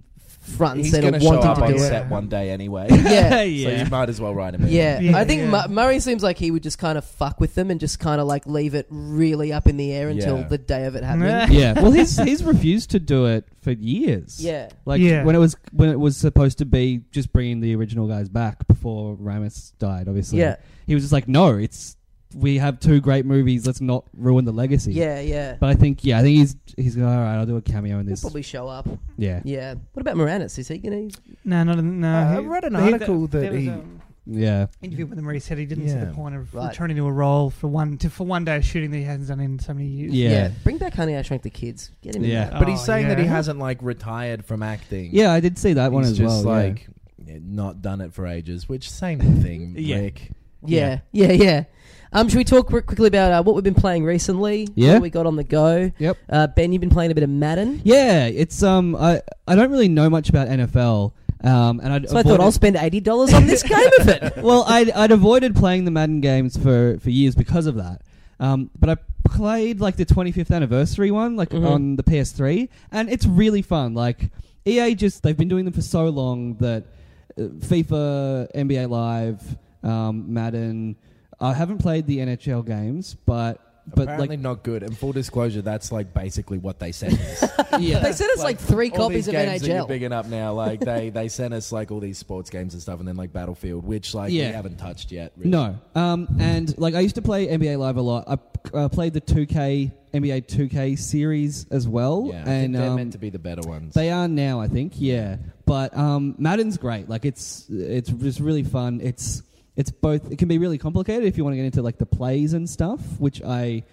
A: front and
C: he's
A: center
C: going to show
A: wanting
C: up
A: to
C: on
A: do it.
C: set one day
B: <laughs>
C: anyway.
A: Yeah.
C: <laughs> So you might as well write him. in.
A: Yeah.
D: Yeah,
A: I think
D: yeah.
A: Mu- Murray seems like he would just kind of fuck with them and just kind of like leave it really up in the air until
C: Yeah.
A: the day of it happening.
B: <laughs> yeah. Well, he's he's refused to do it for years.
A: yeah.
B: Like
D: Yeah.
B: when it was when it was supposed to be just bringing the original guys back before Ramis died. Obviously,
A: Yeah.
B: He was just like, no, it's we have two great movies. Let's not ruin the legacy.
A: Yeah, yeah.
B: But I think yeah, I think he's he's going. All right, I'll do a cameo in
A: He'll
B: this.
A: probably show up.
B: Yeah.
A: Yeah. What about Moranis? Is he going to.
D: No, no, no.
C: Uh,
D: he-
C: I read an
D: he-
C: article that
D: there was,
C: he-
D: um,
B: Yeah.
D: interview with him where he said he didn't see
C: Yeah.
D: the point of
A: Right.
D: returning to a role for one to for one day of shooting that he hasn't done in so many years.
B: Yeah.
A: Bring back Honey, I Shrunk the Kids. Get him in
B: Yeah.
A: that.
C: But
D: Oh,
C: he's saying that he
D: yeah.
C: hasn't like retired from acting.
B: Yeah, I did see that one
C: he's
B: as
C: just
B: well. yeah.
C: like not done it for ages. Which same thing,
B: Yeah.
C: Rick.
A: Yeah, yeah, yeah. Um, should we talk r- quickly about uh, what we've been playing recently?
B: Yeah.
A: What we got on the go?
B: Yep.
A: Uh, ben, you've been playing a bit of Madden.
B: Yeah, it's um I I don't really know much about NFL. Um and I'd
A: So I thought
B: avoided-
A: I'll spend eighty dollars on this game of it.
B: <laughs> well, I'd, I'd avoided playing the Madden games for, for years because of that. Um, but I played like the 25th anniversary one, like
A: Mhm.
B: on the PS3, and it's really fun. Like EA just they've been doing them for so long that uh, FIFA, NBA Live, um, Madden. I haven't played the NHL games, but but
C: Apparently
B: like
C: not good. And full disclosure, that's like basically what they
B: <laughs>
C: sent us.
B: yeah,
A: They sent us like, three
C: all
A: copies
C: these
A: of
C: games That you're
A: NHL.
C: picking up
B: <laughs>
C: now, like they they sent us like all these sports games and stuff, and then like Battlefield, which like
B: Yeah.
C: we haven't touched yet. Really.
B: No. Um, and like I used to play NBA Live a lot. I uh, played the 2K NBA 2K series as well.
C: yeah, I
B: and
C: think they're
B: um,
C: meant to be the better ones.
B: They are now, I think. Yeah, but um, Madden's great. Like it's it's just really fun. It's it's both. It can be really complicated if you want to get into like the plays and stuff, which I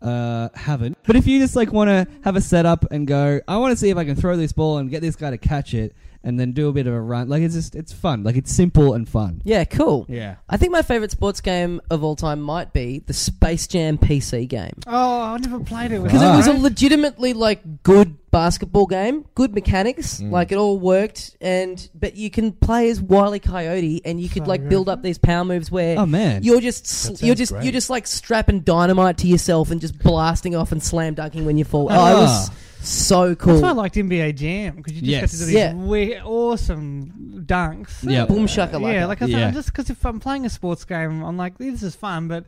B: uh, haven't. But if you just like want to have a setup and go, I want to see if I can throw this ball and get this guy to catch it, and then do a bit of a run. Like it's just it's fun. Like it's simple and fun.
A: Yeah, cool.
B: Yeah.
A: I think my favorite sports game of all time might be the Space Jam PC game
D: Oh, I never played it
A: because it was a
D: Alright.
A: legitimately like good basketball game, good mechanics, like it all worked. And but you can play as Wile E. Coyote, and you could like build up these power moves where
B: Oh man.
A: You're just sl-
C: That
A: you're
C: sounds
A: just
C: great.
A: you're just like strapping dynamite to yourself and just blasting off and slam dunking when you fall. Oh, it was
B: Ah.
A: so
D: That's why I
A: cool.
D: liked NBA Jam because you just
B: Yes.
D: get to do these
A: Yeah.
D: wee- awesome dunks.
B: Yeah.
A: Boom
D: Uh,
A: shakalaka.
D: Yeah, like I
B: Yeah.
D: am just because if I'm playing a sports game, I'm like, this is fun, but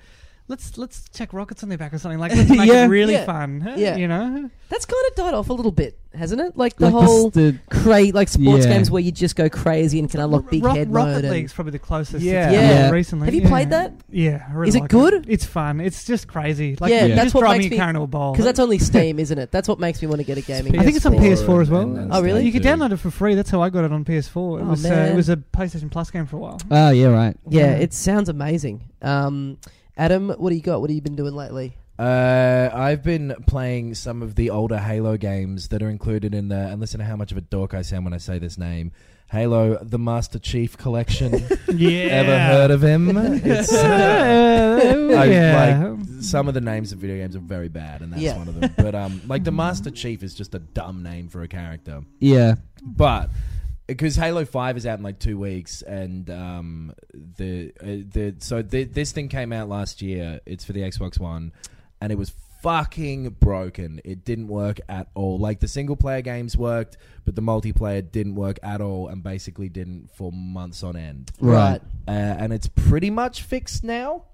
D: let's let's check rockets on their back or something like
A: <laughs>
D: let's make
B: Yeah.
D: it really
A: Yeah.
D: fun.
A: Yeah.
D: you know.
A: That's kind of died off a little bit, hasn't it? Like the
B: like
A: whole
B: the, the
A: cra- like sports
B: Yeah.
A: games where you just go crazy and can unlock big
D: Rock-
A: head
D: Rocket
A: mode. and-
D: League's probably the closest.
C: Yeah.
D: It's come
A: Yeah.
D: out recently.
A: Have you
D: Yeah.
A: played that?
D: Yeah. I really
A: Is it
D: like
A: good?
D: It's fun. It's just crazy. Like,
A: Yeah,
D: you
A: that's
D: just
A: what
D: drive
A: makes
D: me
A: me-
D: a carnival ball.
A: Because that's only Steam, isn't it? That's what makes me want to get a gaming.
D: I think it's on
A: PS4.
D: PS4 as well.
C: And- and
A: Oh, really?
C: stuff
D: you could
C: too.
D: download it for free. That's how I got it on PS4. It
A: Oh,
D: was uh,
A: man.
D: it was a PlayStation Plus game for
C: <laughs>
D: a while.
B: oh yeah right.
A: Yeah, it sounds amazing. Um, Adam, what do you got? What have you been doing lately?
C: Uh, I've been playing some of the older Halo games that are included in the. And listen to how much of a dork I sound when I say this name. Halo, the Master Chief Collection.
D: <laughs> yeah.
C: Ever
D: <laughs>
C: heard of him? It's, uh, I-
D: yeah.
C: some of the names of video games are very bad, and that's
A: Yeah.
C: one of them. But um, like the Master Chief is just a dumb name for a character.
B: Yeah.
C: But because Halo Five is out in like two weeks, and um, the uh, the so th- this thing came out last year. It's for the Xbox One, and it was fucking broken. It didn't work at all. Like the single player games worked, but the multiplayer didn't work at all, and basically didn't for months on end
B: Right.
C: uh, and it's pretty much fixed now.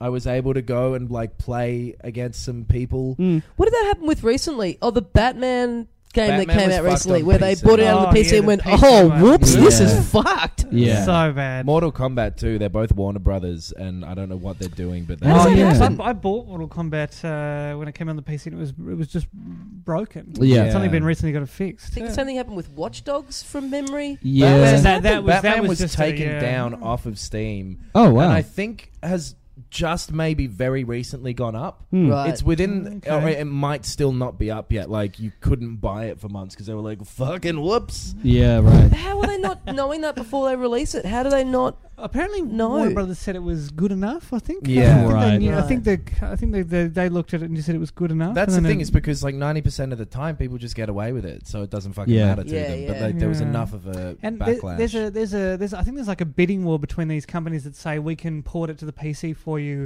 C: I was able to go and like play against some people.
B: Hmm.
A: What did that happen with recently? Oh, the Batman game
C: Batman
A: that came
C: was
A: out
C: fucked
A: recently,
C: on
A: where they
C: PC.
A: bought it out
D: Oh,
A: on the PC
D: yeah,
A: and
D: the
A: went,
D: PC
A: "Oh,
D: one.
A: whoops, this
C: Yeah.
A: is fucked."
B: Yeah.
D: So bad.
C: Mortal Kombat 2, they're both Warner Brothers, and I don't know what they're doing, but
B: How does
C: they're
B: that yeah. happen?
D: So I, I bought Mortal Kombat uh, when it came on the PC, and it was it was just broken.
B: Yeah.
D: It's only been recently got it fixed.
A: I think the same thing happened with Watch Dogs from memory.
B: Yeah.
D: That- that was- that
C: Batman
D: was
C: was,
D: just a,
C: taken
D: yeah.
C: down off of Steam.
B: Oh, wow.
C: And I think has just maybe very recently gone up.
B: Hmm.
A: Right.
C: It's within,
D: Okay.
C: or it might still not be up yet. Like you couldn't buy it for months because they were like, "Fucking whoops."
B: Yeah. Right.
A: How are they not knowing that before they release it? How do they not?
D: Apparently,
A: No.
D: Warner Brothers said it was good enough. I think.
C: Yeah.
D: I think, they,
B: Right.
D: knew, I
A: Right.
D: think they I think they, they they looked at it and just said it was good enough.
C: That's the
D: and then
C: thing
D: it-
C: is because like ninety percent of the time people just get away with it, so it doesn't fucking
B: Yeah.
C: matter to
A: Yeah,
C: them. But
A: yeah.
C: like, there was
D: Yeah.
C: enough of a
D: And there-
C: backlash.
D: there's a there's a there's I think there's like a bidding war between these companies that say we can port it to the PC for you,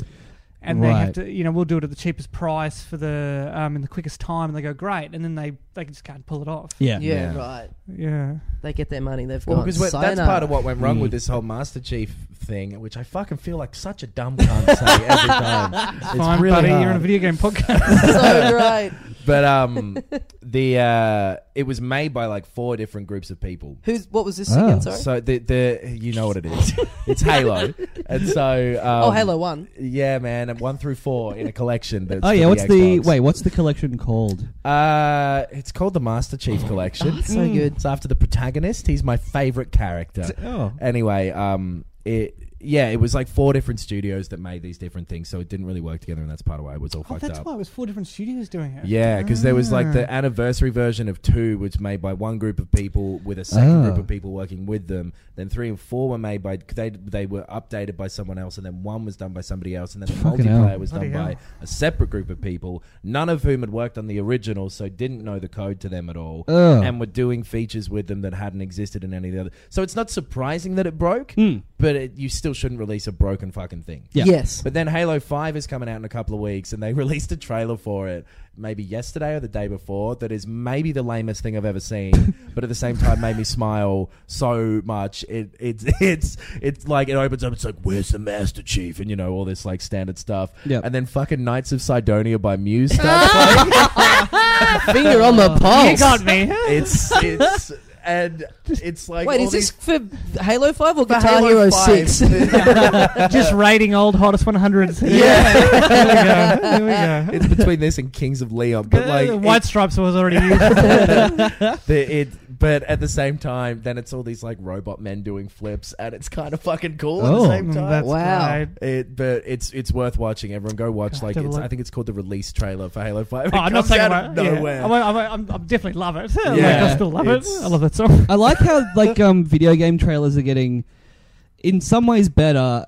D: and they have
B: Right.
D: to you know we'll do it at the cheapest price for the um in the quickest time, and they go great, and then they they just can't pull it off.
B: Yeah.
A: Yeah,
C: Yeah.
A: right.
D: Yeah.
A: They get their money. They've
C: well,
A: gone.
C: because we- that's
A: "Sayonara."
C: part of what went wrong with this whole Master Chief thing, which I fucking feel like such a dumb cunt saying
D: <laughs>
C: every time. It's
D: Fine,
C: really
D: buddy, you're
C: hard.
D: on a video
C: <laughs>
D: game podcast.
A: <laughs> so great.
C: But um, the uh, it was made by like four different groups of people.
A: Who's? What was this
B: Oh.
A: again? Sorry.
C: So the the you know what it is. It's Halo, and so um,
A: oh, Halo One.
C: Yeah, man, and one through four in a collection. That's
B: Oh
C: for
B: yeah. What's the
C: Xbox.
B: wait? What's the collection called?
C: Uh, it's called the Master Chief Collection. Mm.
A: Oh, so good.
C: It's after the protagonist. He's my favorite character.
B: Oh.
C: Anyway, um, it yeah, it was like four different studios that made these different things, so it didn't really work together, and that's part of why it was all
D: Oh,
C: fucked
D: that's
C: up.
D: why it was four different studios doing it.
C: Yeah, because there was like the
D: Ah.
C: anniversary version of two, which was made by one group of people with a second group
B: Ah.
C: of people working with them. Then three and four were made by they they were updated by someone else, and then one was done by somebody else, and then the
B: Fucking
C: multiplayer
B: hell.
C: was done
D: Bloody
C: by
D: hell.
C: a separate group of people, none of whom had worked on the original, so didn't know the code to them at all,
B: Ugh.
C: and were doing features with them that hadn't existed in any of the other. So it's not surprising that it broke,
B: Hmm.
C: but it, you still shouldn't release a broken fucking thing.
B: Yeah.
A: Yes.
C: But then Halo 5 is coming out in a couple of weeks, and they <laughs> released a trailer for it maybe yesterday or the day before that is maybe the lamest thing I've ever seen, but at the same time made me smile so much. It, it's <laughs> it's it's like it opens up, it's like, where's the Master Chief? And you know, all this like standard stuff.
B: Yep.
C: And then fucking Knights of Sidonia by Muse starts playing.
A: <laughs> Finger on the pulse.
D: You got me.
C: It's, it's, and it's like.
A: Wait,
C: all
A: is this
C: these-
A: for Halo Five or
C: for
A: Guitar
C: Halo
A: Hero
C: 5.
A: Six? <laughs>
D: <laughs> Just rating old hottest 100s.
C: <laughs> yeah.
D: There we go. There we go.
C: it's between this and Kings of Leon. But like.
D: Uh,
C: it-
D: White Stripes was
C: <laughs>
D: already <laughs> used.
C: The, it, but at the same time, then it's all these like robot men doing flips, and it's kind of fucking cool at
B: Oh.
C: the same time.
D: Mm, That's
A: Wow.
D: right.
C: it, but it's it's worth watching. Everyone go watch
D: God,
C: like
D: have a
C: it's,
D: look.
C: I think it's called the release trailer for Halo Five. It
D: Oh, I'm not
C: comes
D: saying
C: out
D: about,
C: of
D: yeah.
C: nowhere.
D: I won't- I won't- I'm, I'm definitely love it. <laughs> Like,
C: Yeah.
D: I still love
C: It's-
D: it. I love that song.
B: I like how like um video game trailers are getting in some ways better,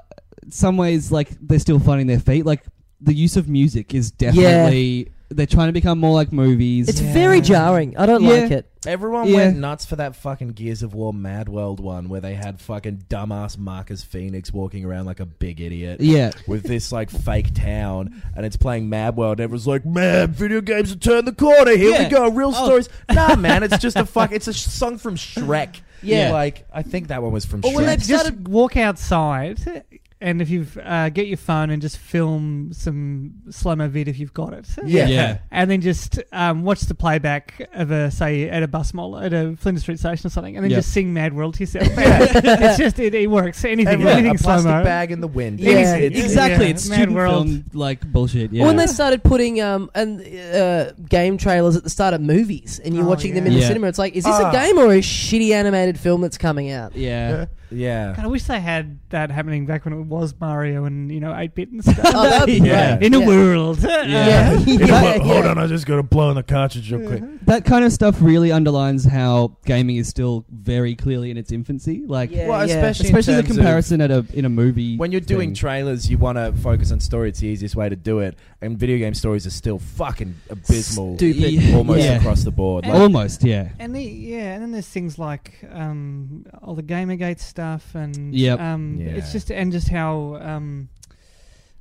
B: some ways like they're still finding their feet. Like the use of music is definitely they're trying to become more like movies.
A: It's
D: Yeah.
A: very jarring. I don't
B: Yeah.
A: like it.
C: Everyone
B: Yeah.
C: went nuts for that fucking Gears of War Mad World one where they had fucking dumbass Marcus Phoenix walking around like a big idiot.
B: yeah.
C: With this like fake town, and it's playing Mad World. and Everyone's like, "Man, video games have turned the corner. Here
B: Yeah.
C: we go, real
B: Oh.
C: stories." Nah, man, it's just a fuck. It's a sh- song from Shrek.
A: Yeah.
C: like I think that one was from
A: Or when
C: Shrek.
A: they-
D: Just
A: started-
D: walk outside and if you've uh, get your phone and just film some slow mo vid if you've got it.
C: Yeah.
B: Yeah.
D: And then just um, watch the playback of a say at a bus mall at a Flinders Street station or something, and then
B: Yeah.
D: just sing "Mad World" to yourself. <laughs> it's just it, it works. Anything,
C: And, yeah,
D: anything
C: a plastic
D: slow mo.
C: bag in the wind.
A: Yeah,
C: It's- it's-
B: Exactly,
D: Yeah.
B: it's
D: Mad
B: student
D: world.
B: film like bullshit. Yeah,
A: When they started putting um and uh, game trailers at the start of movies, and you're
D: Oh,
A: watching them
D: yeah.
A: in the
B: Yeah.
A: cinema, it's like, is this
C: Ah.
A: a game or a shitty animated film that's coming out?
B: yeah,
C: yeah.
D: God, I wish they had that happening back when it was Mario and you know eight bit and stuff.
A: Oh, that'd
D: <laughs>
A: be
B: Yeah.
A: great.
D: In a world, Uh,
B: Yeah.
A: <laughs> Yeah, yeah.
C: I just gotta blow in the cartridge real quick.
B: that kind of stuff really underlines how gaming is still very clearly in its infancy. Like,
A: Yeah,
C: Well,
A: yeah.
C: especially, in
B: especially the
C: terms of-
B: comparison at a in a movie
C: When you're doing
B: thing.
C: trailers, you want to focus on story. It's the easiest way to do it. And video game stories are still fucking abysmal,
A: Stupid.
B: Yeah.
C: almost
B: Yeah.
C: across the board. Like,
B: almost, yeah,
D: And the, yeah, and then there's things like um, all the Gamergate stuff, and
B: Yep.
D: um,
C: Yeah.
D: it's just and just how um,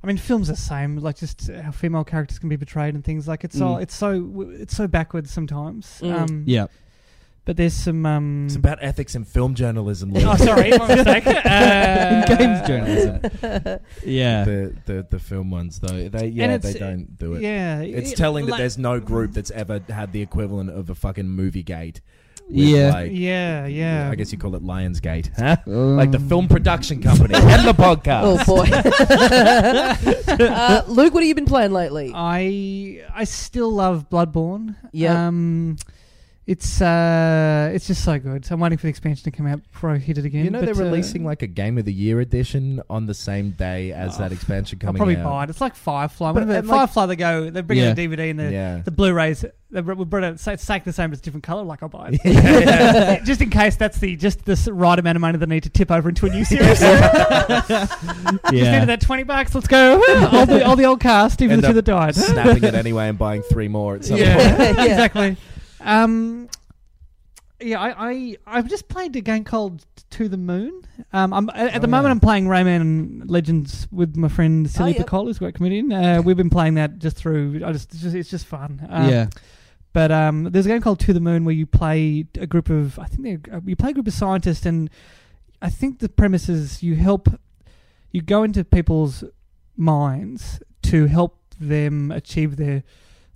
D: I mean, films are the same, like just how female characters can be portrayed and things like it's
B: Mm.
D: all it's so it's so backwards sometimes.
A: Mm.
D: Um,
C: <laughs>
B: yeah.
D: but there's some. Um,
C: It's about ethics in film journalism. Lou.
D: <laughs> oh, sorry, my mistake. Uh,
B: In games journalism.
A: <laughs>
B: Yeah.
C: <laughs> the, the the film ones though. They yeah
D: it's-
C: they don't do it.
D: Yeah,
C: It's
D: it-
C: telling that
D: like-
C: there's no group that's ever had the equivalent of a fucking movie gate. with,
B: Yeah.
C: like,
D: Yeah, yeah.
C: I guess you call it Lions Gate, huh?
B: Um,
C: like the film
B: <laughs>
C: production company and the podcast.
A: Oh boy, <laughs> uh, Luke, what have you been playing lately?
D: Uh, I I still love Bloodborne.
A: Yep.
D: Um, it's uh, it's just so good. So I'm waiting for the expansion to come out before I hit it again.
C: You know
D: but,
C: they're
D: uh,
C: releasing like a Game of the Year edition on the same day as that expansion
D: I'll
C: coming
D: probably
C: out.
D: buy it. It's like Firefly.
C: But-
D: Whenever
C: and, like-
D: Firefly, they go, they bring
B: Yeah.
D: out the DVD and the
C: Yeah.
D: the Blu-rays. They br- we brought out it's exactly the same, but it's different color. Like I'll buy
C: <laughs>
D: it just in case. That's the just the s- right amount of money they need to tip over into a
C: <laughs>
D: new series. Just needed
B: yeah.
D: that twenty bucks. Let's go. <laughs> all, the, all the old cast, even
C: End
D: the two
C: up
D: that died. <laughs>
C: snapping it anyway and buying three more at some
A: <laughs>
C: point.
A: Yeah.
D: exactly. Um, yeah, I, I I've just played a game called To the Moon. Um, I'm, at, at the
C: Oh,
D: moment
C: yeah. Oh,
D: I'm playing Rayman Legends with my friend Silly
A: yep.
D: Piccolo, who's a great comedian. Uh, we've been playing that just through. I just it's just, it's just fun.
C: uh,
D: Um,
B: yeah.
D: But um, there's a game called To the Moon where you play a group of I think they're, uh, you play a group of scientists, and I think the premise is you help you go into people's minds to help them achieve their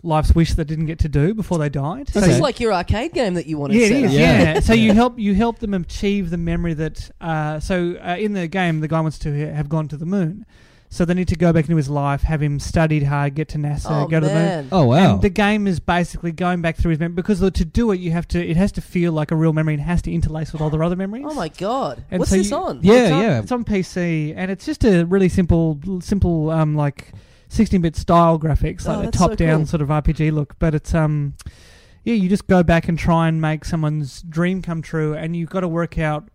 D: life's wish they didn't get to do before they died.
A: This
B: Okay.
A: is like your arcade game that you wanted.
D: Yeah, it
A: set
D: is.
A: up.
D: Yeah.
B: Yeah.
D: so you help you help them achieve the memory that. Uh, so uh, in the game, the guy wants to ha- have gone to the moon, so they need to go back into his life, have him studied hard, get to NASA,
A: Oh
D: go to the moon.
A: man.
B: Oh wow.
D: And the game is basically going back through his memory because to do it, you have to. It has to feel like a real memory and has to interlace with all their other memories.
A: Oh my god.
D: And
A: What's
D: so
A: this
D: you-
A: on?
B: Yeah,
D: it's on,
B: yeah.
D: It's on PC, and it's just a really simple, simple um, like 16-bit style graphics,
A: Oh,
D: like a
A: that's so
D: top-down
A: cool.
D: sort of RPG look. But it's um, yeah, you just go back and try and make someone's dream come true, and you've got to work out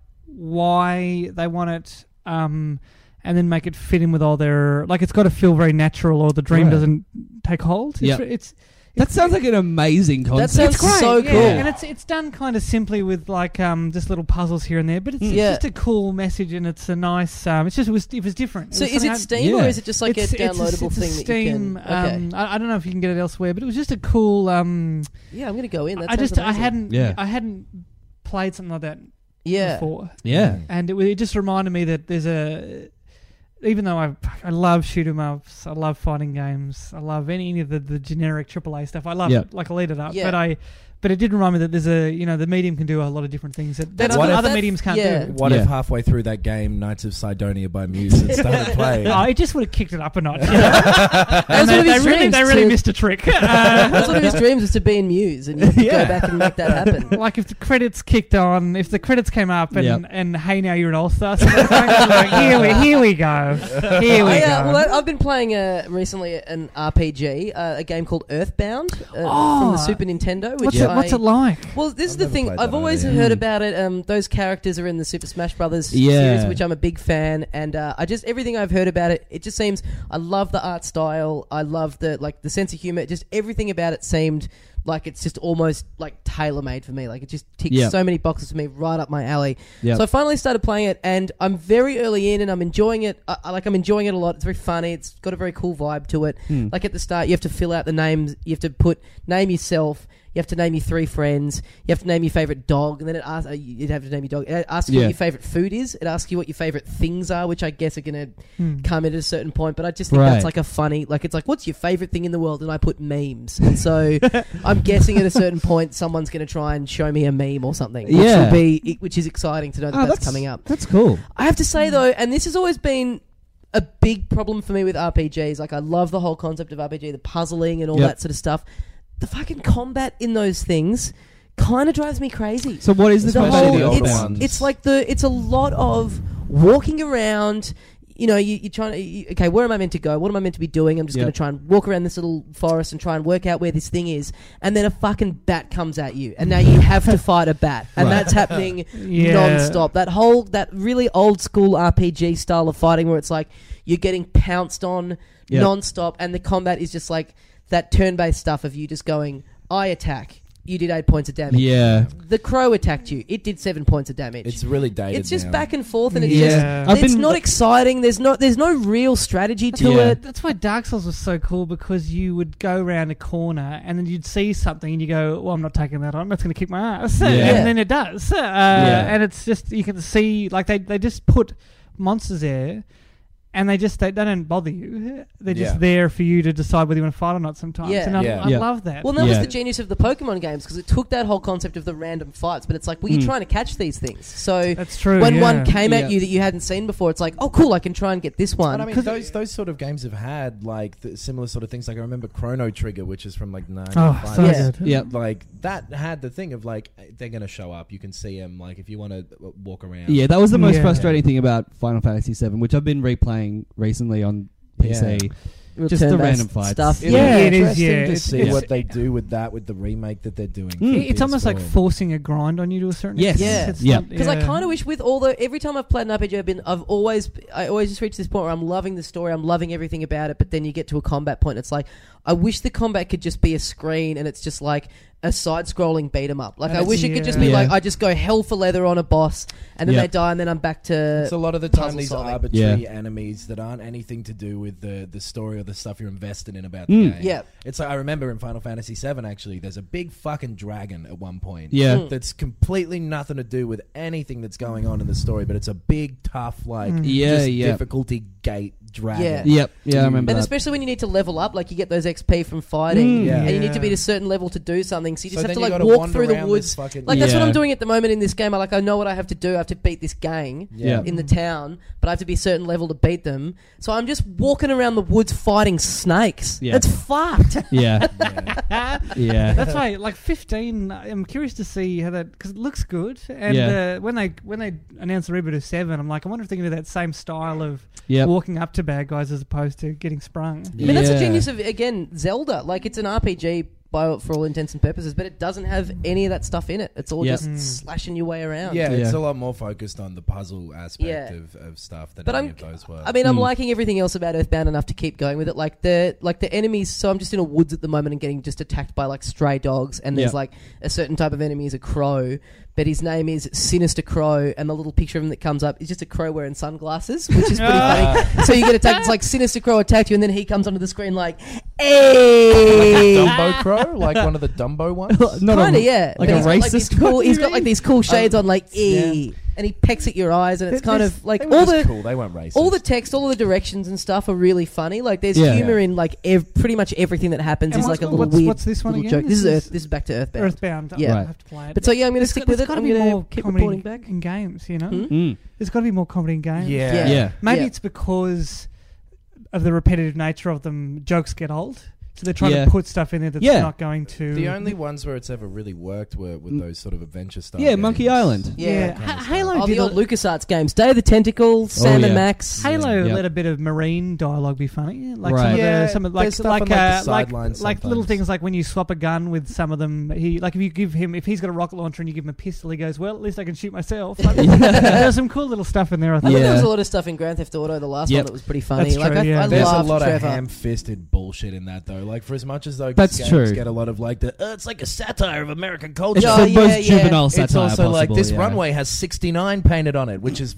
D: why they want it, um, and then make it fit in with all their like. It's got to feel very natural, or the dream
B: Right.
D: doesn't take hold. It's
B: Yeah.
D: re- it's
B: that sounds like an amazing concept.
A: sounds
D: it's great.
A: so
D: yeah.
A: cool.
D: And it's it's done kind of simply with like um just little puzzles here and there, but it's, it's
A: Mm. Yeah.
D: just a cool message and it's a nice um it's just it was it was different.
A: So is
D: was something
A: it
D: I-
A: Steam
B: Yeah.
A: or is it just like
D: it's-
A: a
D: it's
A: downloadable
D: it's
A: thing
D: a
A: that you can?
D: Steam,
A: Okay.
D: Um, I, I don't know if you can get it elsewhere, but it was just a cool. Um,
A: yeah, I'm gonna go in. That
D: I
A: sounds
D: just I
A: amazing.
D: hadn't
B: Yeah.
D: I hadn't played something like that
A: Yeah.
D: before,
B: yeah.
D: and it, wa- it just reminded me that there's a. Even though I I love shoot 'em ups, I love fighting games, I love any, any of the, the generic AAA stuff. I love
B: Yeah.
D: it, like I lead it up,
A: Yeah.
D: but I, but it did remind me that there's a you know the medium can do a lot of different things that, that
A: That's
D: other,
C: what-
D: other
A: that's-
D: mediums can't
A: yeah.
D: do.
C: What
B: Yeah.
C: if halfway through that game, Knights of Sidonia by Muse had
D: <laughs>
C: started playing?
D: Oh, it just would have kicked it up
B: <laughs>
D: a notch. you know?
A: That's one
D: and they,
A: of
D: they
A: his
D: really
A: dreams
D: they really
A: to-
D: missed
A: <laughs>
D: a trick. Uh,
A: <laughs> That's one of his dreams was to be in Muse, and you
D: <laughs>
A: could go back and make that happen.
D: like if the credits kicked on, if the credits came up, and,
B: Yep.
D: and hey now you're an all star, like, here we here we go, <laughs> here we
A: I,
D: go.
A: uh, well, I- I've been playing uh, recently an RPG, uh, a game called Earthbound uh, from
D: Oh.
A: the Super Nintendo. Which
D: what's it
A: I,
D: what's it like?
A: Well, this is
C: I've
A: the
C: never
A: thing.
C: played
A: I've
C: that
A: always
C: either.
A: heard
B: Mm.
A: about it. Um, those characters are in the Super Smash Brothers
B: Yeah.
A: series, which I'm a big fan, and uh, I just everything I've heard about it. It just seems I love the art style. I love the like the sense of humor. Just everything about it seemed like it's just almost like tailor made for me. Like it just ticks
B: Yeah.
A: so many boxes for me, right up my alley.
B: Yeah.
A: So I finally started playing it, and I'm very early in, and I'm enjoying it. I, I- like I'm enjoying it a lot. It's very funny. It's got a very cool vibe to it. Like at the start, you have to fill out the names. You have to put name yourself. You have to name your three friends. You have to name your favorite dog, and then it asks, uh, you'd have to name your dog. It asks you
B: Yeah.
A: what your favorite food is. It asks you what your favorite things are, which I guess are going to
D: Hmm.
A: come at a certain point. But I just think that's
B: Right.
A: like a funny, like it's like, what's your favorite thing in the world? And I put memes. And
B: <laughs>
A: so I'm guessing at a certain point, someone's going to try and show me a meme or something. Which
B: Yeah.
A: will be, which is exciting to know that
B: Ah,
A: that's, coming up.
B: That's Hmm. cool.
A: I have to say though, and this has always been a big problem for me with RPGs. Like I love the whole concept of RPG, the puzzling and all
B: Yep.
A: that sort of stuff. The fucking combat in those things kind of drives me crazy.
B: So what is the,
A: the
B: question?
C: especially
A: whole
C: the older
A: it's,
C: ones.
A: it's like the it's a lot of walking around. You know, you, you're trying to. You, okay, where am I meant to go? What am I meant to be doing? I'm just
B: Yep.
A: going to try and walk around this little forest and try and work out where this thing is. And then a fucking bat comes at you, and now you have to fight a bat, and
B: Right.
A: that's happening
D: Yeah.
A: non-stop. That whole that really old school RPG style of fighting where it's like you're getting pounced on
B: Yep.
A: non-stop and the combat is just like that turn-based stuff of you just going I attack. You did 8 points of damage.
B: yeah.
A: The crow attacked you. It did 7 points of damage.
C: It's really dated.
A: It's just
C: now.
A: back and forth and it's
D: Yeah.
A: just
B: I've
A: it's
B: been-
A: not exciting. There's no there's no real strategy to
B: Yeah.
A: it.
D: That's why Dark Souls was so cool because you would go around a corner and then you'd see something and you go, "Well, I'm not taking that on. That's going to kick my ass."
B: Yeah.
D: And then it does, uh,
B: Yeah.
D: and it's just you can see like they they just put monsters there. And they just they, they don't bother you. They're just
C: Yeah.
D: there for you to decide whether you want to fight or not. Sometimes,
A: Yeah.
D: and I,
C: Yeah.
D: I
B: Yeah.
D: love that.
A: Well, that was
B: Yeah.
A: the genius of the Pokemon games because it took that whole concept of the random fights, but it's like, well, you're
B: Mm.
A: trying to catch these things. So
D: that's true.
A: when
D: yeah.
A: one came
B: Yeah.
A: at you that you hadn't seen before, it's like, oh, cool, I can try and get this one.
C: And I mean, those those sort of games have had like th- similar sort of things. Like I remember Chrono Trigger, which is from like nine.
D: oh, so
A: Yeah.
D: good.
B: Yeah.
C: Like that had the thing of like they're gonna show up. You can see them. Like if you want to walk around.
B: Yeah, that was the most
D: Yeah.
B: frustrating thing about Final Fantasy VII, which I've been replaying recently on PC.
A: Real
B: just the
A: turn-based
B: random fights.
A: stuff.
C: It'll
D: Yeah,
C: be
D: it is,
C: interesting
D: yeah.
C: to
D: It's-
C: see
B: it's-
C: what they do with that with the remake that they're doing. for
B: Mm.
D: It- Hmm. It's almost like
C: PS4.
D: forcing a grind on you to a certain
B: Yes.
D: extent.
A: Yeah.
D: It's
B: Yeah.
D: not-
A: Because I
D: yeah.
A: kind of wish with all the every time I've played an RPG, I've been I've always I always just reached this point where I'm loving the story, I'm loving everything about it, but then you get to a combat point, and it's like I wish the combat could just be a screen and it's just like a side-scrolling beat 'em up. Like
D: And
A: I
D: it's-
A: wish it could just
B: Yeah.
A: be
B: Yeah.
A: like I just go hell for leather on a boss, and then
B: Yeah.
A: they die, and then I'm back to
C: It's a lot of the time
A: puzzle
C: these
A: solving.
C: arbitrary enemies that aren't anything to do with the, the story or the stuff you're invested in about the
B: Mm.
C: game.
A: Yeah.
C: It's like I remember in Final Fantasy VII actually, there's a big fucking dragon at one point.
B: Yeah.
A: Hmm.
B: Mm.
C: That's completely nothing to do with anything that's going on in the story, but it's a big, tough, like
B: Hmm. Yeah,
C: just
B: yeah.
C: difficulty gate dragon.
A: Yeah.
B: Yep. Yeah, I remember
A: And
B: that.
A: especially when you need to level up, like you get those XP from fighting,
C: Mm. Yeah.
A: and you need to be at
D: Yeah.
A: a certain level to do something. So you just
C: So
A: have
C: then
A: to
C: you
A: like
C: gotta
A: walk
C: wander
A: through the
C: around this
A: woods.
C: fucking-
A: Like that's what
B: Yeah.
A: I'm doing at the moment in this game. I like I know what I have to do. I have to beat this gang
B: Yeah.
A: in the town, but I have to be a certain level to beat them. So I'm just walking around the woods fighting snakes.
B: Yeah.
A: That's
B: <laughs>
A: fucked.
B: yeah. yeah. <laughs>
D: That's why, like fifteen. I'm curious to see how that because it looks good. And
B: Yeah.
D: uh, when they when they announced the reboot of seven, I'm like, I wonder if they're going to do that same style of
B: Yep.
D: walking up to bad guys as opposed to getting sprung.
A: I mean, that's the
B: Yeah.
A: genius of again Zelda. Like it's an RPG by for all intents and purposes, but it doesn't have any of that stuff in it. It's all
B: Yeah. Mm.
A: just slashing your way around.
C: Yeah, it's
B: Yeah.
C: a lot more focused on the puzzle aspect
A: Yeah.
C: of, of stuff than
A: But
C: any
A: I'm-
C: of those were.
A: I mean, I'm
B: Mm.
A: liking everything else about Earthbound enough to keep going with it. Like the like the enemies. So I'm just in a woods at the moment and getting just attacked by like stray dogs. And there's
B: Yeah.
A: like a certain type of enemy is a crow, but his name is Sinister Crow, and the little picture of him that comes up is just a crow wearing sunglasses, which is pretty funny. <laughs> So you get attacked. It's like Sinister Crow attacked you, and then he comes onto the screen like, "Eh." "Hey."
C: Dumbo Crow, like one of
A: <laughs>
C: the Dumbo ones.
B: Not a-
A: Kinda, yeah.
B: like
A: But
B: a
A: he's got, these
B: racist
A: cool,
B: crow,
A: he's
B: you
A: got like
B: mean?
A: these cool shades on, like e,
D: yeah.
A: and he pecks at your eyes, and it's
D: Th-
A: kind
D: this-
A: of like
C: They were
A: all
C: just
A: the
C: cool. They weren't racist.
A: all the text, all the directions and stuff are really funny. Like there's
B: Yeah.
A: humor
C: Yeah.
A: in like ev- pretty much everything that happens
D: And
A: is
D: what's-
A: like a little
D: what's-
A: weird
D: what's this one
A: little
D: again?
A: joke. This is
D: This
A: Earth.
D: is-
A: This is back to Earthbound.
D: Earthbound.
A: Yeah.
D: Yeah.
B: Right.
D: have to play it.
A: But so yeah, I'm going to
D: There's
A: stick
D: got-
A: with
D: there's
A: it.
D: gotta
A: I'm
D: be
A: going
D: more
A: to keep
D: comedy
A: reporting back.
D: in games. You know,
A: Hmm?
B: Mm.
D: there's got to be more comedy in games.
C: yeah.
A: Yeah.
B: Yeah.
D: Maybe
A: Yeah.
D: it's because of the repetitive nature of them. Jokes get old, so they're trying
B: Yeah.
D: to put stuff in there that's
B: Yeah.
D: not going to.
C: The only ones where it's ever really worked were with
B: Mm.
C: those sort of adventure stuff.
B: Yeah, Monkey Island.
A: Yeah.
C: kind
D: yeah,
C: of
D: Ha-
C: stuff.
D: Halo
A: Oh,
D: did
A: the
D: a-
A: old LucasArts games. Day of the Tentacle,
C: Oh,
A: Sam
B: yeah.
A: and Max.
D: Halo
B: Yeah.
D: let a bit of marine dialogue be funny, like
B: Right.
D: some of
C: Yeah,
D: the some of like
C: there's stuff on,
D: like
C: like, the
D: uh, like,
C: sidelines
D: like little
C: sometimes.
D: things like when you swap a gun with some of them. He like if you give him if he's got a rocket launcher and you give him a pistol, he goes, "Well, at least I can shoot myself."
B: <laughs>
D: Like, There's some cool little stuff in there. I
A: I
D: think.
A: thought
B: Yeah.
A: there was a lot of stuff in Grand Theft Auto, the last
B: Yep.
A: one that was pretty funny.
D: That's
A: like
D: true,
A: I,
D: yeah.
A: I
C: There's a
A: loved
C: lot
A: Trevor.
C: of ham-fisted bullshit in that though. though. Like for as much as though
B: That's
C: games
B: true.
C: get a lot of like the uh, it's like a satire of American culture.
B: It's
A: Yeah,
B: the most
A: yeah, yeah.
B: juvenile
A: It's
B: satire
C: it's also
B: possible.
C: like this
B: yeah. <laughs>
C: runway has 69 painted on it, which is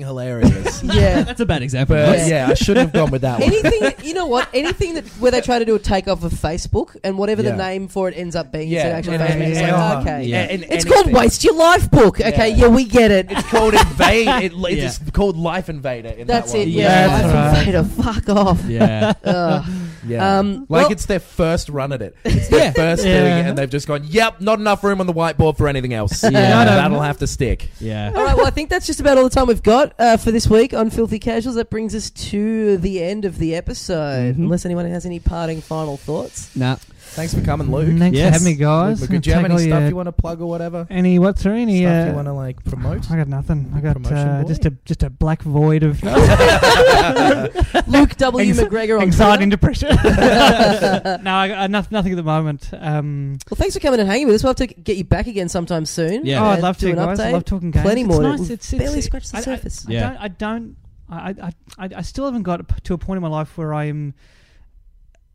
B: <laughs>
C: hilarious.
A: Yeah.
B: That's a bad example.
C: but
B: That's-
C: yeah, I shouldn't have gone with that one. <laughs>
A: Anything you know what? Anything that where they try to do a takeoff of Facebook and whatever
C: Yeah.
A: the name for it ends up being
C: Yeah,
A: is an actual
C: and-
A: Facebook. It's
C: and-
A: like,
C: and-
A: okay.
B: Yeah.
C: And- and
A: It's called
C: anything.
A: Waste Your Life Book. Okay, yeah,
C: Yeah.
A: we get it.
C: It's called Invade.
B: <laughs>
C: It, It's
B: Yeah.
C: called Life Invader. In
A: That's
C: that one.
A: it. Yeah,
D: That's
A: Life
D: right.
A: Invader, fuck
D: <laughs>
A: off.
B: yeah.
A: Ugh.
C: Yeah.
A: Um,
C: like
A: well-
C: it's their first run
D: <laughs>
C: at it. It's their
B: Yeah.
C: first
D: Yeah.
C: thing, and they've just gone, yep, not enough room on the whiteboard for anything
D: <laughs>
C: else.
B: Yeah. I don't-
C: That'll have to stick.
B: Yeah.
A: All right, well, I think that's just about all the time we've got uh, for this week on Filthy Casuals. That brings us to the end of the episode.
B: Mhm.
D: Mm-hmm.
A: Unless anyone has any parting final
D: <laughs>
A: thoughts.
B: <laughs> Nah.
C: Thanks for coming, Luke.
D: Thanks
B: Yes.
D: for having me, guys.
C: Luke, do you
D: Take
C: have any
D: all
C: stuff
D: your-
C: you want to plug or whatever?
D: Any what's there any?
C: stuff
D: uh,
C: you want to like promote?
D: I got nothing. I got
C: Promotion
D: uh,
C: boy?
D: just a just a black
C: <laughs>
D: void of <laughs>
A: Luke W.
D: Anxi-
A: McGregor on
D: anxiety and
A: Twitter.
C: <laughs>
D: depression. <laughs> no, I got noth- nothing at the moment. Um,
A: Well, thanks for coming and hanging with us. We'll have to get you back again sometime soon.
B: Yeah.
D: Oh, I'd
A: and
D: love
A: do
D: to,
A: an
D: guys. I
A: update.
D: love talking games.
A: Plenty
D: it's
A: more.
D: Nice.
A: We've
D: It's, it's,
A: barely scratched the
D: I- I-
A: surface.
D: I,
B: Yeah.
D: don't. I don't. I, I, I, I still haven't got p- to a point in my life where I'm,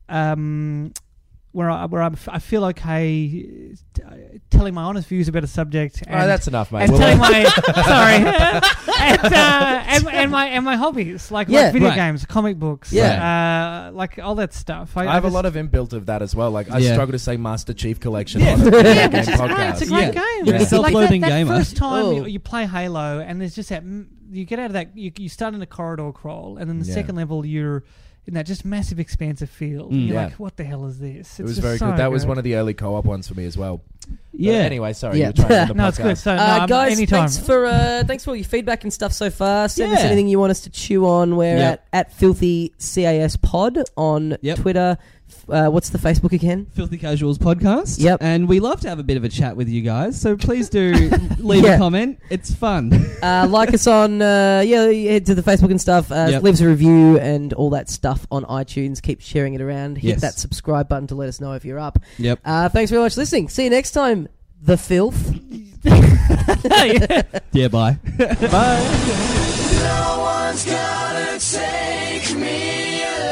D: um, where I where I'm, I feel okay uh, telling my honest views about a subject. And,
C: All right, Oh, that's enough, mate.
D: and
C: We'll
D: telling
C: let-
D: my
C: <laughs>
D: <laughs> sorry, and, uh, and, and my and my hobbies like,
A: Yeah.
D: like video
B: Right.
D: games, comic books, uh, like all that stuff.
C: I have a lot of inbuilt of that as well. Like I
B: Yeah.
C: struggle to say Master Chief Collection
B: Yeah.
C: on
D: <laughs>
C: a
B: Yeah,
C: video game
D: It's just- no,
C: podcast.
D: it's a great
B: Yeah.
D: game.
C: You're a
D: Like,
B: self-loathing
D: that, that
B: gamer.
D: First time
A: Oh.
D: you, you play Halo, and there's just that m- you get out of that. You, you start in a corridor crawl, and then the
C: Yeah.
D: second level you're in that just massive expansive field.
B: Mm.
D: You're
C: Yeah.
D: like, what the hell is this? It's
C: It was
D: just
C: very
D: so
C: good. That was
D: good.
C: one of the early co-op ones for me as well. But
B: Yeah.
C: anyway, sorry.
A: Yeah.
C: You're trying to end the
D: <laughs> No, it's good.
C: podcast.
D: So, no,
A: Uh,
D: um,
A: guys,
D: anytime.
A: thanks for uh, thanks for all your feedback and stuff so far. Send us
B: Yeah.
A: anything you want us to chew on. We're
B: Yeah.
A: at at filthy cas pod on
B: Yep.
A: Twitter. F- Uh, what's the Facebook again?
B: Filthy Casuals podcast.
A: Yep.
B: And we love to have a bit of a chat with you guys, so please <laughs> do leave
A: Yeah.
B: a comment. It's fun.
A: Uh, like
B: <laughs>
A: us on uh, yeah, head to the Facebook and stuff. Uh,
B: Yep.
A: Leave us a review and all that stuff on iTunes. Keep sharing it around. Hit
B: Yes.
A: that subscribe button to let us know if you're up.
B: Yep.
A: Uh, thanks very much for listening. See you next time. The filth.
B: Yeah, bye.
F: No one's gonna take me alive.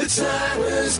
F: The time has